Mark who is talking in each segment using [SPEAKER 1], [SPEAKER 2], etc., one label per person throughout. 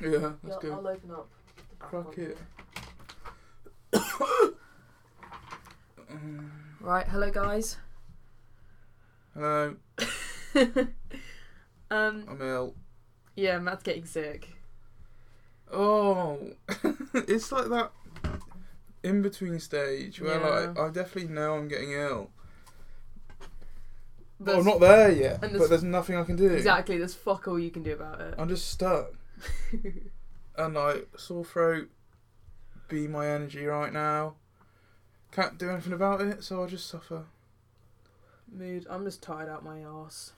[SPEAKER 1] Yeah, let's
[SPEAKER 2] Yeah,
[SPEAKER 1] go.
[SPEAKER 2] I'll open up.
[SPEAKER 1] Crack it. Um,
[SPEAKER 2] Right, hello guys.
[SPEAKER 1] Hello,
[SPEAKER 2] um,
[SPEAKER 1] I'm ill.
[SPEAKER 2] yeah, Matt's getting sick.
[SPEAKER 1] Oh, it's like that in between stage where like I definitely know I'm getting ill, but I'm
[SPEAKER 2] There's-
[SPEAKER 1] Oh, not there yet.
[SPEAKER 2] and
[SPEAKER 1] but
[SPEAKER 2] there's-
[SPEAKER 1] there's nothing I can do.
[SPEAKER 2] Exactly, there's fuck all you can do about it.
[SPEAKER 1] I'm just stuck, and like sore throat, be my energy right now. Can't do anything about it, so I just suffer.
[SPEAKER 2] Mood, I'm just tired out my ass.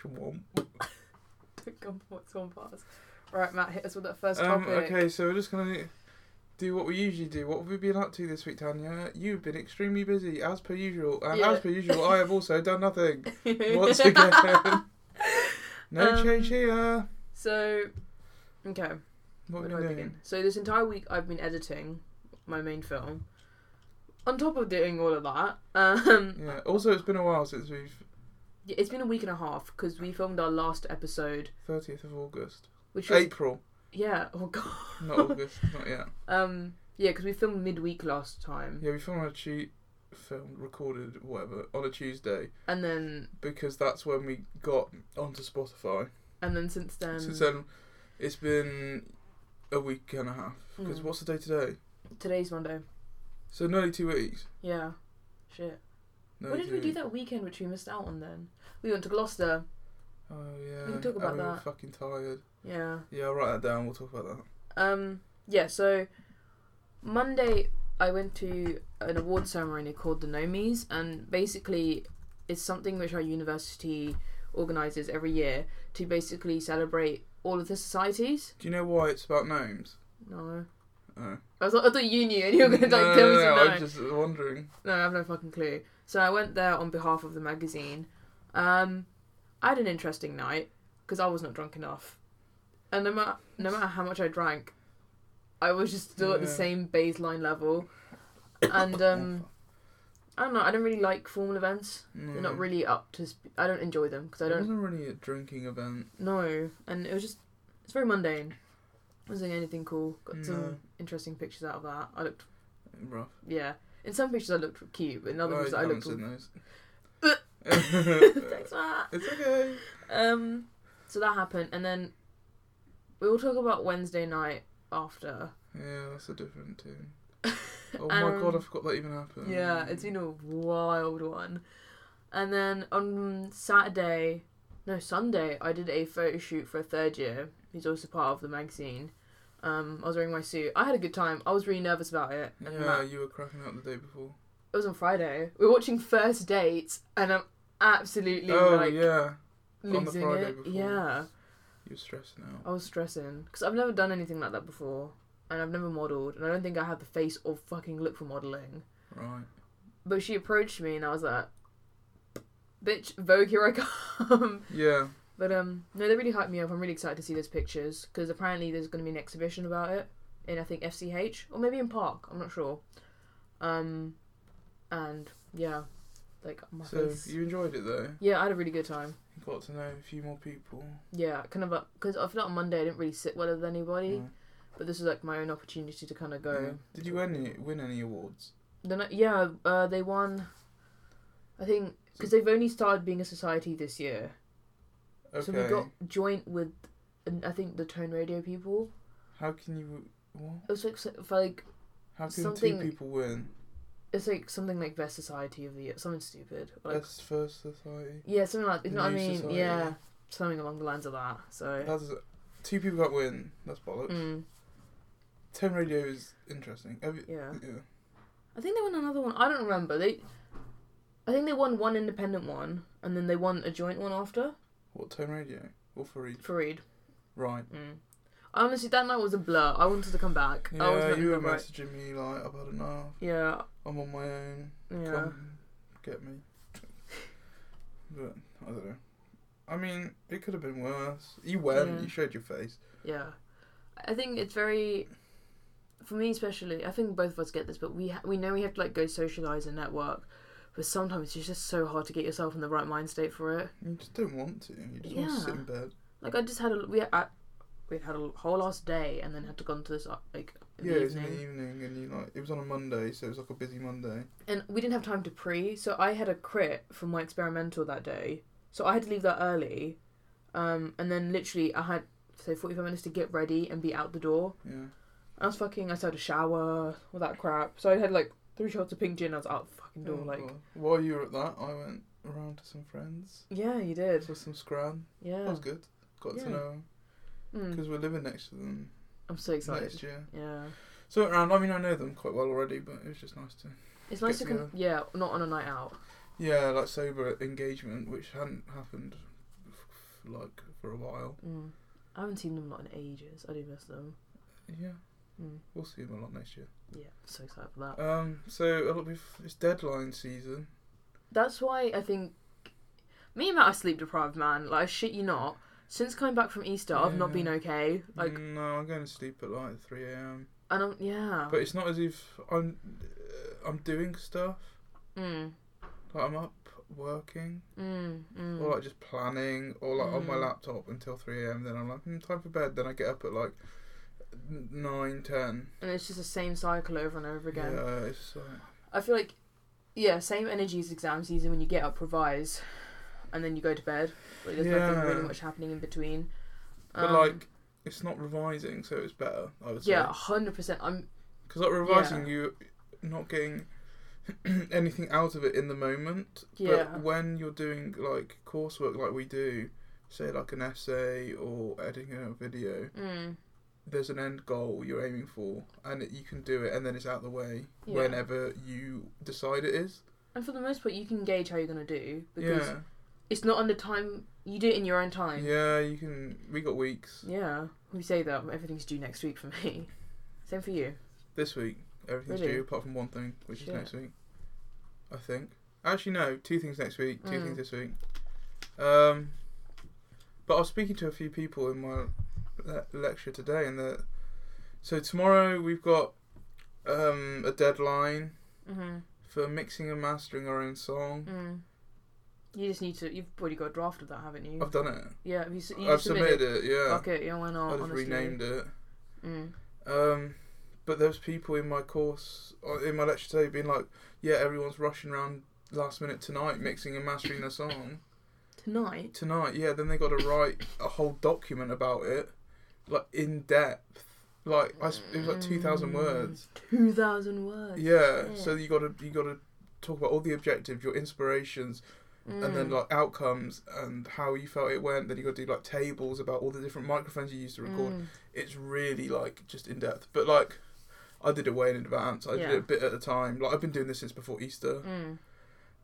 [SPEAKER 1] Schwomp.
[SPEAKER 2] Don't come what's on past. Right, Matt, hit us with that first
[SPEAKER 1] Um,
[SPEAKER 2] topic.
[SPEAKER 1] okay, so we're just gonna do what we usually do. What have we been up to this week, Tanya? You've been extremely busy, as per usual, and
[SPEAKER 2] Yeah.
[SPEAKER 1] as per usual, I have also done nothing once again. no
[SPEAKER 2] Um,
[SPEAKER 1] change here.
[SPEAKER 2] So, okay,
[SPEAKER 1] What
[SPEAKER 2] where
[SPEAKER 1] have
[SPEAKER 2] do
[SPEAKER 1] you been
[SPEAKER 2] I begin?
[SPEAKER 1] doing?
[SPEAKER 2] So this entire week I've been editing my main film. On top of doing all of that, um,
[SPEAKER 1] Yeah. Also, it's been a while since we've
[SPEAKER 2] yeah, it's been a week and a half because we filmed our last episode,
[SPEAKER 1] thirtieth of August,
[SPEAKER 2] which was
[SPEAKER 1] April,
[SPEAKER 2] yeah, oh god,
[SPEAKER 1] not August, not yet.
[SPEAKER 2] um, yeah, because we filmed midweek last time,
[SPEAKER 1] Yeah, we filmed on a cheat, filmed, recorded, whatever, on a Tuesday
[SPEAKER 2] and then
[SPEAKER 1] because that's when we got onto Spotify.
[SPEAKER 2] and then since then,
[SPEAKER 1] Since then, it's been a week and a half. Because
[SPEAKER 2] Mm.
[SPEAKER 1] what's the day today?
[SPEAKER 2] today's Monday.
[SPEAKER 1] So nearly two weeks.
[SPEAKER 2] Yeah, shit.
[SPEAKER 1] Nearly
[SPEAKER 2] What did
[SPEAKER 1] two
[SPEAKER 2] we do
[SPEAKER 1] weeks.
[SPEAKER 2] that weekend which we missed out on? Then we went to Gloucester.
[SPEAKER 1] Oh yeah.
[SPEAKER 2] We can talk about
[SPEAKER 1] and we Were
[SPEAKER 2] that.
[SPEAKER 1] fucking tired.
[SPEAKER 2] Yeah.
[SPEAKER 1] Yeah, I'll write that down. We'll talk about that.
[SPEAKER 2] Um, yeah, so Monday I went to an award ceremony called the Nomies, and basically it's something which our university organises every year to basically celebrate all of the societies.
[SPEAKER 1] Do you know why it's about gnomes?
[SPEAKER 2] No.
[SPEAKER 1] Oh.
[SPEAKER 2] I was like, I thought you knew, and you were going to like,
[SPEAKER 1] no,
[SPEAKER 2] tell
[SPEAKER 1] no,
[SPEAKER 2] me
[SPEAKER 1] no,
[SPEAKER 2] some
[SPEAKER 1] I was
[SPEAKER 2] no.
[SPEAKER 1] just wondering.
[SPEAKER 2] No, I have no fucking clue. So I went there on behalf of the magazine. Um, I had an interesting night because I was not drunk enough, and no matter no matter how much I drank, I was just still at the
[SPEAKER 1] Yeah.
[SPEAKER 2] same baseline level. And um, I don't know. I don't really like formal events. They're not
[SPEAKER 1] No.
[SPEAKER 2] really up to. Sp- I don't enjoy them because I
[SPEAKER 1] It
[SPEAKER 2] don't
[SPEAKER 1] wasn't really a drinking event.
[SPEAKER 2] know. And it was just it's very mundane. Wasn't anything cool. Got some
[SPEAKER 1] No.
[SPEAKER 2] interesting pictures out of that. I looked
[SPEAKER 1] Rough.
[SPEAKER 2] yeah. In some pictures I looked cute, but in other pictures I
[SPEAKER 1] haven't
[SPEAKER 2] looked. all-
[SPEAKER 1] seen those.
[SPEAKER 2] Thanks, Matt.
[SPEAKER 1] it's okay.
[SPEAKER 2] Um, so that happened, and then we will talk about Wednesday night after.
[SPEAKER 1] Yeah, that's a different tune. Oh my god, I
[SPEAKER 2] Um,
[SPEAKER 1] forgot that even happened.
[SPEAKER 2] Yeah, it's been a wild one. And then on Saturday, no Sunday, I did a photo shoot for a third year. He's also part of the magazine. Um, I was wearing my suit. I had a good time. I was really nervous about it. And
[SPEAKER 1] Yeah,
[SPEAKER 2] Matt-
[SPEAKER 1] you were cracking up the day before.
[SPEAKER 2] it was on Friday. We were watching First Dates, and I'm absolutely
[SPEAKER 1] oh
[SPEAKER 2] like
[SPEAKER 1] yeah, on the
[SPEAKER 2] losing
[SPEAKER 1] Friday
[SPEAKER 2] it.
[SPEAKER 1] before.
[SPEAKER 2] Yeah.
[SPEAKER 1] you were stressing out.
[SPEAKER 2] I was stressing because I've never done anything like that before, and I've never modelled, and I don't think I have the face or fucking look for modelling.
[SPEAKER 1] Right.
[SPEAKER 2] But she approached me, and I was like, "Bitch, Vogue, here I come."
[SPEAKER 1] Yeah.
[SPEAKER 2] but um, no, they really hyped me up. I'm really excited to see those pictures because apparently there's going to be an exhibition about it in I think FCH or maybe in Park. I'm not sure. Um, and yeah, like my
[SPEAKER 1] So
[SPEAKER 2] face.
[SPEAKER 1] you enjoyed it though.
[SPEAKER 2] Yeah, I had a really good time.
[SPEAKER 1] Got to know a few more people.
[SPEAKER 2] Yeah, kind of because I feel like on Monday I didn't really sit well with anybody.
[SPEAKER 1] Yeah.
[SPEAKER 2] But this was like my own opportunity to kind of go.
[SPEAKER 1] Yeah. Did you win any, win any awards?
[SPEAKER 2] Then I- yeah, uh, they won. I think because they've only started being a society this year,
[SPEAKER 1] Okay.
[SPEAKER 2] so we got joint with, and I think the Tone Radio people.
[SPEAKER 1] How can you? What?
[SPEAKER 2] It was like so- for like
[SPEAKER 1] How can
[SPEAKER 2] Something-
[SPEAKER 1] two people win?
[SPEAKER 2] it's like something like best society of the year, something stupid. or Like,
[SPEAKER 1] Best first society.
[SPEAKER 2] yeah, something like you know what I
[SPEAKER 1] New
[SPEAKER 2] mean?
[SPEAKER 1] society.
[SPEAKER 2] Yeah, something along the lines of that. So,
[SPEAKER 1] That's two people got win. That's bollocks.
[SPEAKER 2] mm,
[SPEAKER 1] Ten radio is interesting. Have you-
[SPEAKER 2] yeah,
[SPEAKER 1] yeah.
[SPEAKER 2] I think they won another one. I don't remember. They, I think they won one independent one, and then they won a joint one after
[SPEAKER 1] What ten radio? Or for each?
[SPEAKER 2] for Reed.
[SPEAKER 1] Right.
[SPEAKER 2] Mm. Honestly, that night was a blur. I wanted to come back. I was
[SPEAKER 1] Yeah,
[SPEAKER 2] not
[SPEAKER 1] you were
[SPEAKER 2] in the right-
[SPEAKER 1] messaging me like, I've had enough.
[SPEAKER 2] Yeah,
[SPEAKER 1] I'm on my own.
[SPEAKER 2] yeah.
[SPEAKER 1] Come get me. But I don't know. I mean, it could have been worse. You went.
[SPEAKER 2] Yeah.
[SPEAKER 1] You showed your face.
[SPEAKER 2] Yeah, I think it's very, for me especially. I think both of us get this, but we ha- we know we have to like go socialize and network, but sometimes it's just so hard to get yourself in the right mind state for it.
[SPEAKER 1] You just don't want to. You just want to sit
[SPEAKER 2] Yeah.
[SPEAKER 1] in bed.
[SPEAKER 2] Like I just had a we I, we'd had a whole last day and then had to go on to this uh, like in
[SPEAKER 1] Yeah,
[SPEAKER 2] the
[SPEAKER 1] it was in
[SPEAKER 2] evening.
[SPEAKER 1] the evening, and you like it was on a Monday, so it was like a busy Monday.
[SPEAKER 2] and we didn't have time to pre, so I had a crit from my experimental that day, so I had to leave that early, um, and then literally I had say forty five minutes to get ready and be out the door.
[SPEAKER 1] Yeah,
[SPEAKER 2] I was fucking. I started a shower, all that crap. So I had like three shots of pink gin. I was out the fucking door.
[SPEAKER 1] Oh,
[SPEAKER 2] like,
[SPEAKER 1] God. while you were at that, I went around to some friends
[SPEAKER 2] yeah, you did.
[SPEAKER 1] for some scran. That
[SPEAKER 2] Yeah.
[SPEAKER 1] was good. Got
[SPEAKER 2] Yeah.
[SPEAKER 1] to know
[SPEAKER 2] Mm.
[SPEAKER 1] because we're living next to them
[SPEAKER 2] I'm so excited.
[SPEAKER 1] next year.
[SPEAKER 2] Yeah.
[SPEAKER 1] So I went around. I mean, I know them quite well already, but it was just nice to.
[SPEAKER 2] It's nice to
[SPEAKER 1] Get
[SPEAKER 2] con- yeah, not on a night out.
[SPEAKER 1] Yeah, like sober engagement, which hadn't happened f- like for a while.
[SPEAKER 2] Mm. I haven't seen them not in ages. I do miss them.
[SPEAKER 1] Yeah,
[SPEAKER 2] Mm.
[SPEAKER 1] we'll see them a lot next year.
[SPEAKER 2] Yeah, so excited for that.
[SPEAKER 1] Um, so it'll be f- it's deadline season.
[SPEAKER 2] That's why I think me and Matt are sleep deprived, man. Like, I shit you not. Since coming back from Easter, I've not
[SPEAKER 1] Yeah. Mm.
[SPEAKER 2] been okay. Like,
[SPEAKER 1] no, I'm going to sleep at like three a.m.
[SPEAKER 2] I don't. Yeah.
[SPEAKER 1] But it's not as if I'm uh, I'm doing stuff.
[SPEAKER 2] mm.
[SPEAKER 1] Like I'm up working
[SPEAKER 2] Mm. Mm.
[SPEAKER 1] or like just planning or like on my
[SPEAKER 2] Mm.
[SPEAKER 1] laptop until three a.m. Then I'm like hmm, time for bed. Then I get up at like n- nine ten.
[SPEAKER 2] and it's just the same cycle over and over again.
[SPEAKER 1] Yeah, it's uh, like
[SPEAKER 2] I feel like, yeah, same energy as exam season when you get up, revise, and then you go to bed. Like, there's
[SPEAKER 1] Yeah.
[SPEAKER 2] nothing really much happening in between.
[SPEAKER 1] but
[SPEAKER 2] Um,
[SPEAKER 1] like it's not revising, so it's better. I would say.
[SPEAKER 2] yeah, hundred percent. I'm
[SPEAKER 1] Because like revising, you're not getting anything out of it in the moment.
[SPEAKER 2] Yeah.
[SPEAKER 1] But when you're doing like coursework, like we do, say like an essay or editing a video,
[SPEAKER 2] mm,
[SPEAKER 1] there's an end goal you're aiming for, and it, you can do it, and then it's out the way
[SPEAKER 2] Yeah.
[SPEAKER 1] whenever you decide it is.
[SPEAKER 2] and for the most part, you can gauge how you're gonna do because
[SPEAKER 1] yeah.
[SPEAKER 2] it's not under time. You do it in your own time.
[SPEAKER 1] Yeah, you can. We got weeks
[SPEAKER 2] Yeah, we say that but everything's due next week for me. Same for you.
[SPEAKER 1] this week. Everything's
[SPEAKER 2] Really?
[SPEAKER 1] due apart from one thing, which
[SPEAKER 2] Shit.
[SPEAKER 1] is next week. I think. Actually, no. Two things next week. Two
[SPEAKER 2] Mm.
[SPEAKER 1] things this week. Um, but I was speaking to a few people in my le- lecture today, and the so tomorrow we've got um, a deadline
[SPEAKER 2] Mm-hmm.
[SPEAKER 1] for mixing and mastering our own song.
[SPEAKER 2] Mm. You just need to. You've already got a draft of that, haven't you?
[SPEAKER 1] I've done it.
[SPEAKER 2] yeah, have you, s- Mm. you
[SPEAKER 1] I've
[SPEAKER 2] just submitted.
[SPEAKER 1] submitted it. yeah,
[SPEAKER 2] Fuck it. Yeah, why not?
[SPEAKER 1] I just
[SPEAKER 2] honestly.
[SPEAKER 1] renamed it.
[SPEAKER 2] Mm.
[SPEAKER 1] Um, but there's people in my course, uh, in my lecture today, being like, "Yeah, everyone's rushing around last minute tonight, mixing and mastering their song
[SPEAKER 2] Tonight.
[SPEAKER 1] tonight." Yeah, then they got to write a whole document about it, like in depth. Like I, s- it was like two thousand words.
[SPEAKER 2] Two thousand words.
[SPEAKER 1] Yeah,
[SPEAKER 2] Mm, shit.
[SPEAKER 1] so you got to you got to talk about all the objectives, your inspirations, and then
[SPEAKER 2] Mm.
[SPEAKER 1] like outcomes and how you felt it went. Then you got to do like tables about all the different microphones you used to record
[SPEAKER 2] Mm.
[SPEAKER 1] it's really like just in depth. But like, I did it way in advance. I did
[SPEAKER 2] Yeah.
[SPEAKER 1] it a bit at a time. Like I've been doing this since before Easter.
[SPEAKER 2] Mm.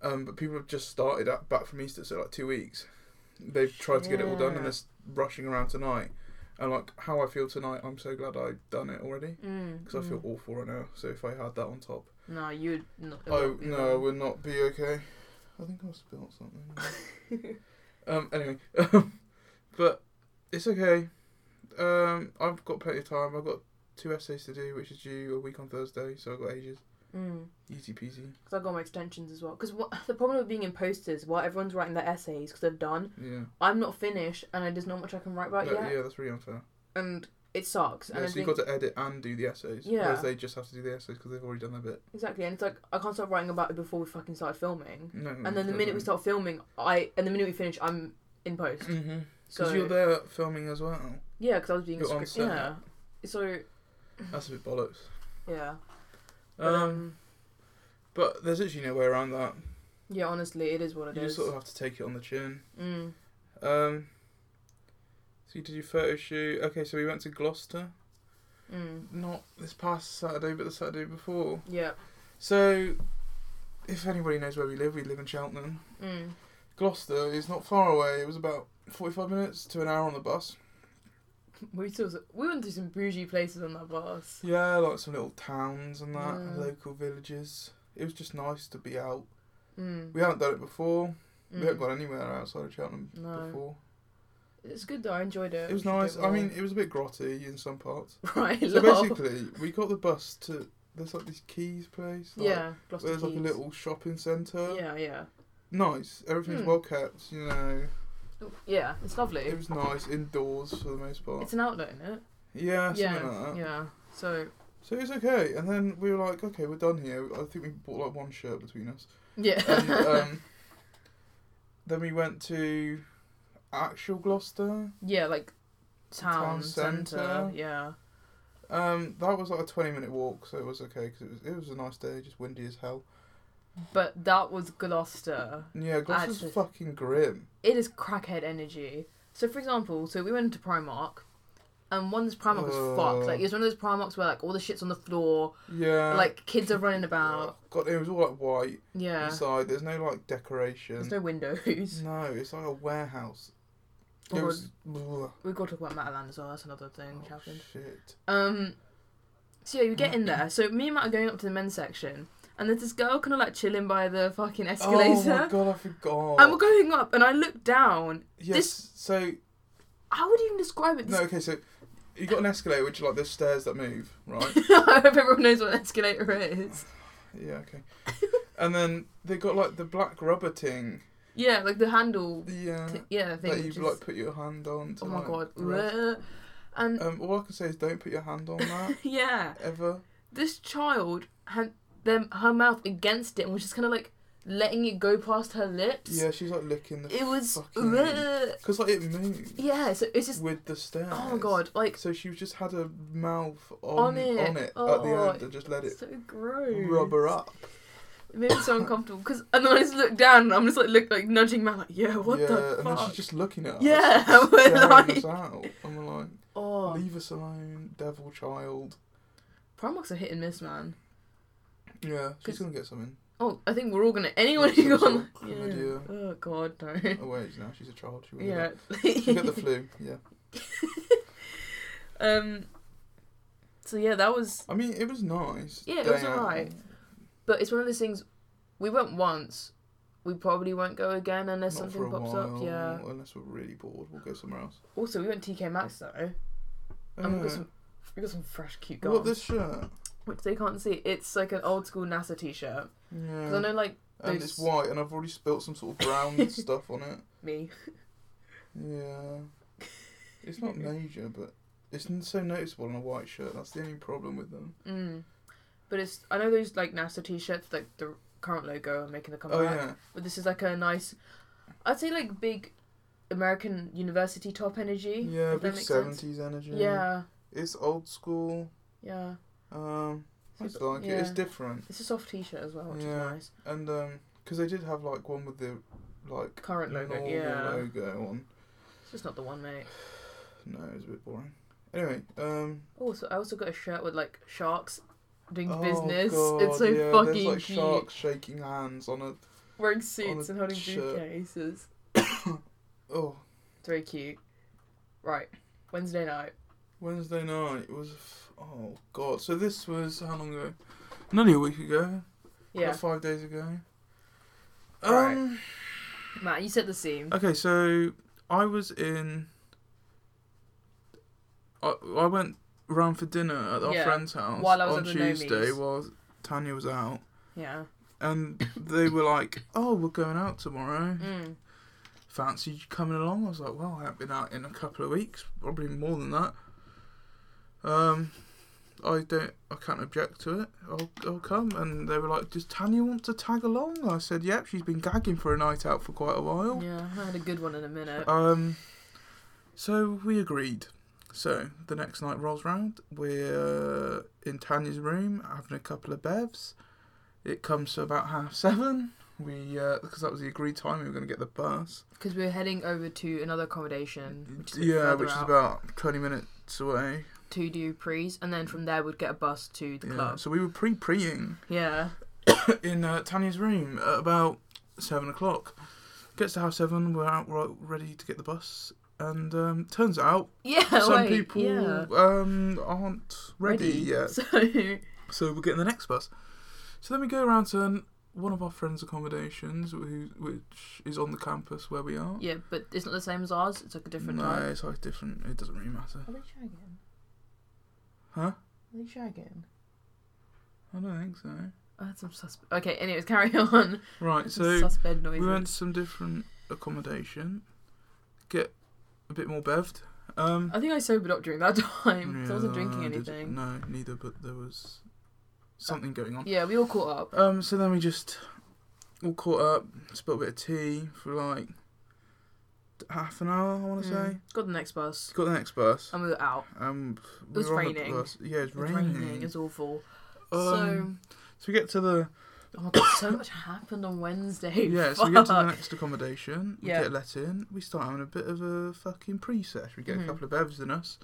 [SPEAKER 1] Um, but people have just started at, back from Easter, so like two weeks. They've tried to get it all done,
[SPEAKER 2] Yeah.
[SPEAKER 1] and they're s- rushing around tonight. And like how I feel tonight, I'm so glad I've done it already
[SPEAKER 2] Mm.
[SPEAKER 1] because I feel
[SPEAKER 2] mm.
[SPEAKER 1] awful right now. So if I had that on top,
[SPEAKER 2] No, you'd not. it
[SPEAKER 1] oh
[SPEAKER 2] won't be
[SPEAKER 1] no, I
[SPEAKER 2] done.
[SPEAKER 1] would not be okay. I think I spilled something. um. Anyway, but it's okay. Um. I've got plenty of time. I've got two essays to do, which is due a week on Thursday, so I've got ages.
[SPEAKER 2] Mm.
[SPEAKER 1] Easy peasy.
[SPEAKER 2] Because I got my extensions as well. Because the problem with being in posters, while everyone's writing their essays, because they've done,
[SPEAKER 1] Yeah.
[SPEAKER 2] I'm not finished, and I- there's not much I can write about
[SPEAKER 1] No,
[SPEAKER 2] yet,
[SPEAKER 1] yeah, that's really unfair.
[SPEAKER 2] and it sucks.
[SPEAKER 1] Yeah,
[SPEAKER 2] and I
[SPEAKER 1] so you've
[SPEAKER 2] think,
[SPEAKER 1] got to edit and do the essays.
[SPEAKER 2] Yeah.
[SPEAKER 1] Whereas they just have to do the essays because they've already done their bit.
[SPEAKER 2] exactly, and it's like I can't start writing about it before we fucking start filming.
[SPEAKER 1] No.
[SPEAKER 2] Mm-hmm. And then the
[SPEAKER 1] mm-hmm.
[SPEAKER 2] minute we start filming, I and the minute we finish, I'm in post.
[SPEAKER 1] Because
[SPEAKER 2] So
[SPEAKER 1] Mm, Mm-hmm. you're there filming as well.
[SPEAKER 2] yeah, because I was being
[SPEAKER 1] You're on set.
[SPEAKER 2] script- yeah. So
[SPEAKER 1] That's a bit bollocks.
[SPEAKER 2] yeah, But,
[SPEAKER 1] Um,
[SPEAKER 2] um,
[SPEAKER 1] but there's actually no way around that.
[SPEAKER 2] yeah. Honestly, it is what it
[SPEAKER 1] you
[SPEAKER 2] is.
[SPEAKER 1] sort of have to take it on the chin.
[SPEAKER 2] Mm.
[SPEAKER 1] Um, so you did your photo shoot. Okay, so we went to Gloucester.
[SPEAKER 2] Mm.
[SPEAKER 1] Not this past Saturday, but the Saturday before.
[SPEAKER 2] Yeah.
[SPEAKER 1] So, if anybody knows where we live, we live in Cheltenham.
[SPEAKER 2] Mm.
[SPEAKER 1] Gloucester is not far away. It was about 45 minutes to an hour on the bus.
[SPEAKER 2] We still we went to some bougie places on that bus.
[SPEAKER 1] Yeah, like some little towns and that,
[SPEAKER 2] Yeah.
[SPEAKER 1] local villages. It was just nice to be out.
[SPEAKER 2] Mm.
[SPEAKER 1] We haven't done it before. We
[SPEAKER 2] mm.
[SPEAKER 1] haven't gone anywhere outside of Cheltenham
[SPEAKER 2] No.
[SPEAKER 1] before.
[SPEAKER 2] It's good though. I enjoyed it.
[SPEAKER 1] It was nice. I mean, it was a bit grotty in some parts.
[SPEAKER 2] right.
[SPEAKER 1] So
[SPEAKER 2] lol.
[SPEAKER 1] basically, we got the bus to there's like this Keys place. Like,
[SPEAKER 2] yeah. Gloucester
[SPEAKER 1] where there's like a
[SPEAKER 2] Keys.
[SPEAKER 1] little shopping centre.
[SPEAKER 2] Yeah, yeah.
[SPEAKER 1] Nice. Everything's
[SPEAKER 2] Hmm.
[SPEAKER 1] well kept. You know.
[SPEAKER 2] Yeah, it's lovely.
[SPEAKER 1] It was nice indoors for the most part.
[SPEAKER 2] It's an outlet, isn't it?
[SPEAKER 1] yeah, something
[SPEAKER 2] yeah,
[SPEAKER 1] like that.
[SPEAKER 2] yeah. So
[SPEAKER 1] So it was okay, and then we were like, okay, we're done here. I think we bought like one shirt between us.
[SPEAKER 2] yeah,
[SPEAKER 1] And, um, then we went to actual Gloucester.
[SPEAKER 2] yeah, like town,
[SPEAKER 1] Town
[SPEAKER 2] centre.
[SPEAKER 1] centre.
[SPEAKER 2] Yeah,
[SPEAKER 1] Um, that was like a twenty-minute walk, so it was okay because it was it was a nice day, just windy as hell.
[SPEAKER 2] but that was Gloucester.
[SPEAKER 1] Yeah, Gloucester's
[SPEAKER 2] Actually-
[SPEAKER 1] fucking grim.
[SPEAKER 2] It is crackhead energy. So for example, so we went to Primark. And one's Primark was fucked.
[SPEAKER 1] Ugh.
[SPEAKER 2] Like it was one of those Primarks where like all the shit's on the floor,
[SPEAKER 1] Yeah,
[SPEAKER 2] like kids are running about.
[SPEAKER 1] God, it was all like white
[SPEAKER 2] Yeah,
[SPEAKER 1] inside. There's no like decoration.
[SPEAKER 2] there's no windows.
[SPEAKER 1] No, it's like a warehouse. It
[SPEAKER 2] Or-
[SPEAKER 1] was- Ugh.
[SPEAKER 2] We've got to talk about Matalan as well. That's another thing which
[SPEAKER 1] Oh,
[SPEAKER 2] happened.
[SPEAKER 1] shit.
[SPEAKER 2] Um, so yeah, you get in there. So me and Matt are going up to the men's section, and there's this girl kind of like chilling by the fucking
[SPEAKER 1] Oh my
[SPEAKER 2] escalator,
[SPEAKER 1] god, I forgot.
[SPEAKER 2] and we're going up, and I look down.
[SPEAKER 1] yes,
[SPEAKER 2] this-
[SPEAKER 1] so
[SPEAKER 2] How would you even describe it? This,
[SPEAKER 1] no, okay, so you got an escalator, which are like the stairs that move, right?
[SPEAKER 2] I hope everyone knows what an escalator is.
[SPEAKER 1] yeah, okay. And then they got like the black rubber thing.
[SPEAKER 2] Yeah, like the handle.
[SPEAKER 1] Yeah.
[SPEAKER 2] T- yeah, thing.
[SPEAKER 1] That you
[SPEAKER 2] which is-
[SPEAKER 1] like put your hand on. To,
[SPEAKER 2] oh my
[SPEAKER 1] like,
[SPEAKER 2] god.
[SPEAKER 1] rest.
[SPEAKER 2] bleh. And
[SPEAKER 1] Um, all I can say is don't put your hand on that
[SPEAKER 2] yeah,
[SPEAKER 1] ever.
[SPEAKER 2] this child had them her mouth against it and was just kind of like letting it go past her lips.
[SPEAKER 1] Yeah, she's like licking the
[SPEAKER 2] It was.
[SPEAKER 1] fucking
[SPEAKER 2] bleh.
[SPEAKER 1] because like it moved
[SPEAKER 2] Yeah, so it's just.
[SPEAKER 1] with the stairs.
[SPEAKER 2] Oh my god! Like
[SPEAKER 1] So she just had a mouth on on
[SPEAKER 2] On it.
[SPEAKER 1] it, at
[SPEAKER 2] Oh,
[SPEAKER 1] the end and just let it
[SPEAKER 2] so gross.
[SPEAKER 1] rubber up.
[SPEAKER 2] It made me so uncomfortable because and then I just look down and I'm just like look like nudging Matt like yeah what
[SPEAKER 1] yeah,
[SPEAKER 2] the
[SPEAKER 1] and then
[SPEAKER 2] fuck
[SPEAKER 1] she's just looking at us.
[SPEAKER 2] Yeah,
[SPEAKER 1] just
[SPEAKER 2] we're
[SPEAKER 1] staring
[SPEAKER 2] like-
[SPEAKER 1] us out. And we're like,
[SPEAKER 2] oh
[SPEAKER 1] leave us alone, devil child.
[SPEAKER 2] Primark's a hit and miss man
[SPEAKER 1] Yeah,
[SPEAKER 2] Cause-
[SPEAKER 1] she's gonna get something.
[SPEAKER 2] oh I think we're all gonna anyone
[SPEAKER 1] Some
[SPEAKER 2] who
[SPEAKER 1] sort
[SPEAKER 2] gone
[SPEAKER 1] of
[SPEAKER 2] yeah.
[SPEAKER 1] chlamydia.
[SPEAKER 2] oh god no
[SPEAKER 1] Oh wait, now she's a child. She will
[SPEAKER 2] yeah
[SPEAKER 1] She got the flu. Yeah.
[SPEAKER 2] um so yeah that was
[SPEAKER 1] I mean, it was nice.
[SPEAKER 2] Yeah, it
[SPEAKER 1] day
[SPEAKER 2] was
[SPEAKER 1] out.
[SPEAKER 2] alright. but it's one of those things we went once we probably won't go again unless
[SPEAKER 1] Not for
[SPEAKER 2] something
[SPEAKER 1] a
[SPEAKER 2] pops up
[SPEAKER 1] while,
[SPEAKER 2] yeah
[SPEAKER 1] Unless we're really bored, we'll go somewhere else.
[SPEAKER 2] also we went TK Maxx though and we
[SPEAKER 1] Oh,
[SPEAKER 2] got some we got some fresh cute
[SPEAKER 1] yeah.
[SPEAKER 2] garments
[SPEAKER 1] What this shirt?
[SPEAKER 2] which they can't see it's like an old school NASA t-shirt
[SPEAKER 1] Yeah.
[SPEAKER 2] Because I know, like,
[SPEAKER 1] and
[SPEAKER 2] those-
[SPEAKER 1] it's white, and I've already spilt some sort of brown stuff on it.
[SPEAKER 2] me.
[SPEAKER 1] Yeah. It's not major, but it's n- so noticeable on a white shirt. That's the only problem with them.
[SPEAKER 2] Mm. But it's, I know those, like, NASA t shirts, like, the current logo are making a comeback.
[SPEAKER 1] oh yeah.
[SPEAKER 2] But this is, like, a nice, I'd say, like, big American university top energy.
[SPEAKER 1] Yeah,
[SPEAKER 2] if that
[SPEAKER 1] big
[SPEAKER 2] makes sense.
[SPEAKER 1] seventies energy.
[SPEAKER 2] Yeah,
[SPEAKER 1] It's old school.
[SPEAKER 2] yeah.
[SPEAKER 1] Um, I just like
[SPEAKER 2] yeah.
[SPEAKER 1] it. It's different.
[SPEAKER 2] It's a soft t shirt as well, which
[SPEAKER 1] Yeah.
[SPEAKER 2] is nice.
[SPEAKER 1] And um 'cause they did have like one with the like
[SPEAKER 2] Current logo,
[SPEAKER 1] normal
[SPEAKER 2] yeah.
[SPEAKER 1] logo on.
[SPEAKER 2] It's just not the one, mate.
[SPEAKER 1] No, it was a bit boring. Anyway, um,
[SPEAKER 2] Also, I also got a shirt with, like, sharks doing
[SPEAKER 1] oh
[SPEAKER 2] business.
[SPEAKER 1] God,
[SPEAKER 2] it's so
[SPEAKER 1] yeah,
[SPEAKER 2] fucking
[SPEAKER 1] There's like
[SPEAKER 2] cute.
[SPEAKER 1] sharks shaking hands on a.
[SPEAKER 2] Wearing suits
[SPEAKER 1] on
[SPEAKER 2] and
[SPEAKER 1] a
[SPEAKER 2] holding
[SPEAKER 1] shirt.
[SPEAKER 2] briefcases.
[SPEAKER 1] Oh,
[SPEAKER 2] It's very cute. Right, Wednesday night.
[SPEAKER 1] Wednesday night was. Oh God! So this was how long ago? Nearly a week ago.
[SPEAKER 2] Yeah.
[SPEAKER 1] About five days ago.
[SPEAKER 2] Right.
[SPEAKER 1] Um,
[SPEAKER 2] Matt, you set the scene.
[SPEAKER 1] Okay, so I was in. I, I went round for dinner at our
[SPEAKER 2] Yeah,
[SPEAKER 1] friend's house
[SPEAKER 2] while I was
[SPEAKER 1] on
[SPEAKER 2] at the Nomies.
[SPEAKER 1] Tuesday while Tanya was out,
[SPEAKER 2] Yeah.
[SPEAKER 1] and they were like, "Oh, we're going out tomorrow.
[SPEAKER 2] Mm.
[SPEAKER 1] Fancy you coming along?" I was like, "Well, I haven't been out in a couple of weeks, probably more than that. Um, I don't, I can't object to it. I'll, I'll come." And they were like, "Does Tanya want to tag along?" I said, "Yep, she's been gagging for a night out for quite a while."
[SPEAKER 2] Yeah, I had a good one in a minute.
[SPEAKER 1] Um, so we agreed. So the next night rolls round. We're in Tanya's room having a couple of bevs. It comes to about half seven. We because that was the agreed time we were going to get the bus.
[SPEAKER 2] Because we were heading over to another accommodation, which is a bit
[SPEAKER 1] yeah,
[SPEAKER 2] further
[SPEAKER 1] which is
[SPEAKER 2] out,
[SPEAKER 1] about twenty minutes away.
[SPEAKER 2] to Dupree's, and then from there we'd get a bus to the
[SPEAKER 1] Yeah.
[SPEAKER 2] club.
[SPEAKER 1] So we were pre-preeing
[SPEAKER 2] Yeah.
[SPEAKER 1] in uh, Tanya's room at about seven o'clock. Gets to half seven. We're out right, ready to get the bus. And um, turns out
[SPEAKER 2] Yeah.
[SPEAKER 1] some
[SPEAKER 2] wait,
[SPEAKER 1] people
[SPEAKER 2] yeah.
[SPEAKER 1] um, aren't ready, yet.
[SPEAKER 2] So
[SPEAKER 1] So we're getting the next bus. So then we go around to an, one of our friends' accommodations, who, which is on the campus where we are.
[SPEAKER 2] yeah, but it's not the same as ours. It's like a different.
[SPEAKER 1] no,
[SPEAKER 2] type.
[SPEAKER 1] it's like different. It doesn't really matter.
[SPEAKER 2] Are they shagging?
[SPEAKER 1] Huh?
[SPEAKER 2] Are they shagging?
[SPEAKER 1] I don't think so.
[SPEAKER 2] I had some susp- Okay. Anyways, carry on.
[SPEAKER 1] Right, so
[SPEAKER 2] Suspend noises.
[SPEAKER 1] we went to some different accommodation. get a bit more bevved. Um,
[SPEAKER 2] I think I sobered up during that time. 'cause I wasn't
[SPEAKER 1] yeah,
[SPEAKER 2] drinking
[SPEAKER 1] I did-
[SPEAKER 2] anything.
[SPEAKER 1] No, neither. But there was something going on.
[SPEAKER 2] Yeah, we all caught up.
[SPEAKER 1] Um, so then we just all caught up, spilled a bit of tea for like half an hour. I want to say.
[SPEAKER 2] Mm. Got the next bus
[SPEAKER 1] Got the next bus.
[SPEAKER 2] and we were out.
[SPEAKER 1] Um,
[SPEAKER 2] It was
[SPEAKER 1] we were on the
[SPEAKER 2] raining.
[SPEAKER 1] bus- Yeah, it's
[SPEAKER 2] It was raining.
[SPEAKER 1] raining.
[SPEAKER 2] It's awful.
[SPEAKER 1] Um, so we get to the
[SPEAKER 2] so, oh my god, so much happened on Wednesday.
[SPEAKER 1] yeah.
[SPEAKER 2] Fuck.
[SPEAKER 1] So we get to the next accommodation. We
[SPEAKER 2] Yeah.
[SPEAKER 1] get let in. We start having a bit of a fucking pre-sesh. We get
[SPEAKER 2] Mhm.
[SPEAKER 1] a couple of bevs in us.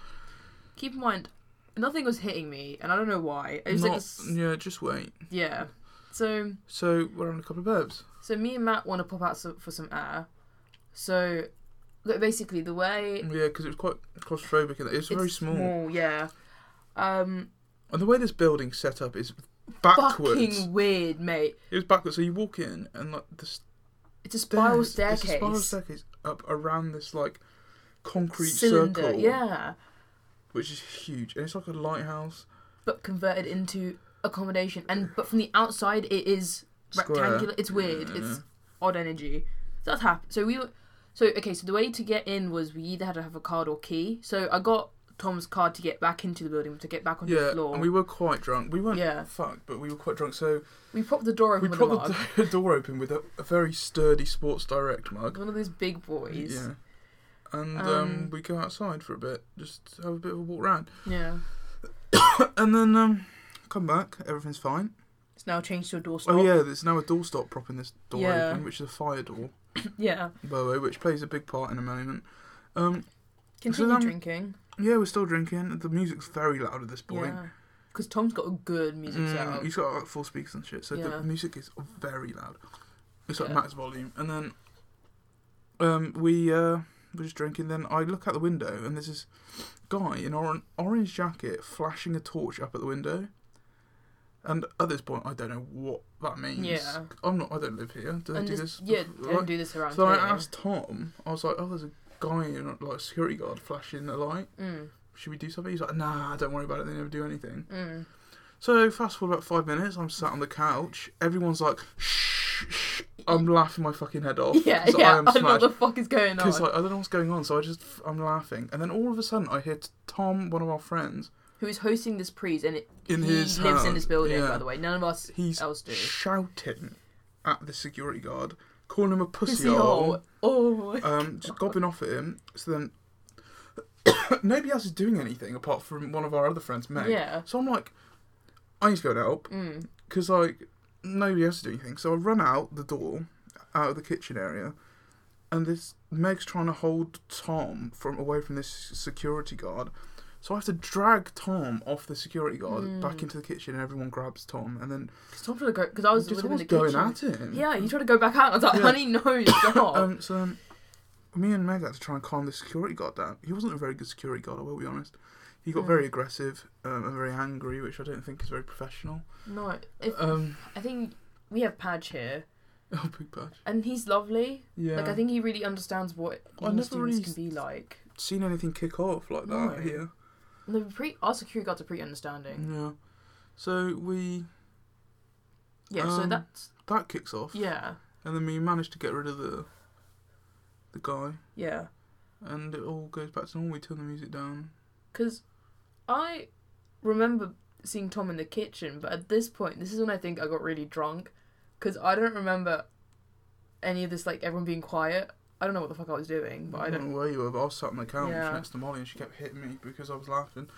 [SPEAKER 2] Keep in mind, nothing was hitting me, and I don't know why. It was
[SPEAKER 1] Not,
[SPEAKER 2] like, this-
[SPEAKER 1] yeah, just wait.
[SPEAKER 2] yeah. So,
[SPEAKER 1] So we're having a couple of bevs.
[SPEAKER 2] so me and Matt want to pop out so- for some air. So, look, basically, the way
[SPEAKER 1] Yeah, because it was quite claustrophobic. And it's, very small.
[SPEAKER 2] yeah. Um,
[SPEAKER 1] And the way this building's set up is backwards.
[SPEAKER 2] fucking weird, mate.
[SPEAKER 1] It was backwards. So you walk in and like the stairs,
[SPEAKER 2] It's a spiral staircase.
[SPEAKER 1] It's a spiral staircase up around this like concrete
[SPEAKER 2] cylinder,
[SPEAKER 1] circle,
[SPEAKER 2] yeah,
[SPEAKER 1] which is huge, and it's like a lighthouse.
[SPEAKER 2] but converted into accommodation, and but from the outside it is
[SPEAKER 1] Square. Mm-hmm.
[SPEAKER 2] rectangular. It's weird. It's odd energy. So that's happened. So we were, so okay. So the way to get in was we either had to have a card or key. So I got Tom's card to get back into the building to get back on
[SPEAKER 1] yeah,
[SPEAKER 2] the floor.
[SPEAKER 1] and we were quite drunk. We weren't
[SPEAKER 2] Yeah.
[SPEAKER 1] fucked, but we were quite drunk. So
[SPEAKER 2] we propped the door
[SPEAKER 1] we
[SPEAKER 2] open with a
[SPEAKER 1] propped
[SPEAKER 2] mug.
[SPEAKER 1] the do- door open with a, a very sturdy Sports Direct mug.
[SPEAKER 2] One of those big boys.
[SPEAKER 1] Yeah, and um,
[SPEAKER 2] Um,
[SPEAKER 1] we go outside for a bit, just have a bit of a walk round,
[SPEAKER 2] Yeah.
[SPEAKER 1] and then um, come back. Everything's fine.
[SPEAKER 2] It's now changed to a doorstop.
[SPEAKER 1] Oh yeah, there's now a door stop propping this door
[SPEAKER 2] Yeah.
[SPEAKER 1] open, which is a fire door,
[SPEAKER 2] yeah.
[SPEAKER 1] by the way, which plays a big part in a moment. Um,
[SPEAKER 2] Continue
[SPEAKER 1] then-
[SPEAKER 2] drinking.
[SPEAKER 1] yeah, we're still drinking. The music's very loud at this point.
[SPEAKER 2] Yeah. Because Tom's got a good music
[SPEAKER 1] Mm,
[SPEAKER 2] setup.
[SPEAKER 1] He's got like full speakers and shit, so
[SPEAKER 2] Yeah.
[SPEAKER 1] the music is very loud. It's like
[SPEAKER 2] Yeah.
[SPEAKER 1] max volume, and then um, we uh, we're just drinking. Then I look out the window, and there's this guy in an orange jacket flashing a torch up at the window. And at this point, I don't know what that means.
[SPEAKER 2] Yeah.
[SPEAKER 1] I'm not. I don't live here. Do they
[SPEAKER 2] and
[SPEAKER 1] do
[SPEAKER 2] this,
[SPEAKER 1] this?
[SPEAKER 2] yeah,
[SPEAKER 1] Like,
[SPEAKER 2] don't do this around
[SPEAKER 1] so I
[SPEAKER 2] here.
[SPEAKER 1] asked Tom. I was like, "Oh, there's a guy in like a security guard flashing a light.
[SPEAKER 2] Mm,
[SPEAKER 1] Should we do something?" He's like, "Nah, don't worry about it. They never do anything."
[SPEAKER 2] mm.
[SPEAKER 1] So fast forward about five minutes, I'm sat on the couch. Everyone's like, shh, shh. I'm laughing my fucking head off.
[SPEAKER 2] Yeah,
[SPEAKER 1] 'cause
[SPEAKER 2] yeah.
[SPEAKER 1] I
[SPEAKER 2] I,
[SPEAKER 1] am
[SPEAKER 2] don't know what
[SPEAKER 1] smashed.
[SPEAKER 2] the fuck is going on.
[SPEAKER 1] Because like, I don't know what's going on, so I just I'm laughing, and then all of a sudden I hear t- Tom, one of our friends,
[SPEAKER 2] Who is hosting this prees and it,
[SPEAKER 1] in
[SPEAKER 2] he
[SPEAKER 1] his
[SPEAKER 2] lives
[SPEAKER 1] house.
[SPEAKER 2] in this building,
[SPEAKER 1] Yeah.
[SPEAKER 2] by the way. None of us
[SPEAKER 1] He's
[SPEAKER 2] else do.
[SPEAKER 1] shouting at the security guard, calling him a pussy
[SPEAKER 2] Pussy hole.
[SPEAKER 1] hole,
[SPEAKER 2] Oh.
[SPEAKER 1] um, just gobbing off at him. So then nobody else is doing anything apart from one of our other friends, Meg.
[SPEAKER 2] Yeah.
[SPEAKER 1] So I'm like, I need to go and help.
[SPEAKER 2] Mm.
[SPEAKER 1] because like nobody else is doing anything. So I run out the door, out of the kitchen area, and this Meg's trying to hold Tom from away from this security guard. So I have to drag Tom off the security guard
[SPEAKER 2] Mm.
[SPEAKER 1] back into the kitchen, and everyone grabs Tom, and then
[SPEAKER 2] Because Tom tried to go. Because I was
[SPEAKER 1] just
[SPEAKER 2] with him in
[SPEAKER 1] almost
[SPEAKER 2] Oh, the
[SPEAKER 1] going
[SPEAKER 2] kitchen.
[SPEAKER 1] at him.
[SPEAKER 2] Yeah, he tried to go back out. I was like,
[SPEAKER 1] Yeah.
[SPEAKER 2] honey, no, stop.
[SPEAKER 1] Um, so then, me and Meg had to try and calm the security guard down. He wasn't a very good security guard, I will be honest. He got
[SPEAKER 2] Mm.
[SPEAKER 1] very aggressive um, and very angry, which I don't think is very professional.
[SPEAKER 2] no, if,
[SPEAKER 1] Um,
[SPEAKER 2] I think we have Padge here,
[SPEAKER 1] oh, big patch.
[SPEAKER 2] and he's lovely.
[SPEAKER 1] Yeah.
[SPEAKER 2] Like I think he really understands what
[SPEAKER 1] I never
[SPEAKER 2] uni students
[SPEAKER 1] really
[SPEAKER 2] can be like.
[SPEAKER 1] seen anything kick off like
[SPEAKER 2] No.
[SPEAKER 1] that here.
[SPEAKER 2] And they're pretty, our security guards are pretty understanding.
[SPEAKER 1] Yeah. So we
[SPEAKER 2] Yeah, so
[SPEAKER 1] Um,
[SPEAKER 2] that's
[SPEAKER 1] that kicks off.
[SPEAKER 2] yeah,
[SPEAKER 1] And then we manage to get rid of the the guy,
[SPEAKER 2] yeah.
[SPEAKER 1] and it all goes back to normal. We turn the music down.
[SPEAKER 2] Because I remember seeing Tom in the kitchen, but at this point, this is when I think I got really drunk. Because I don't remember any of this, like everyone being quiet. I don't know what the fuck I was doing, but I don't.
[SPEAKER 1] know where you were, but I was sat on the couch
[SPEAKER 2] Yeah.
[SPEAKER 1] next to Molly, and she kept hitting me because I was laughing.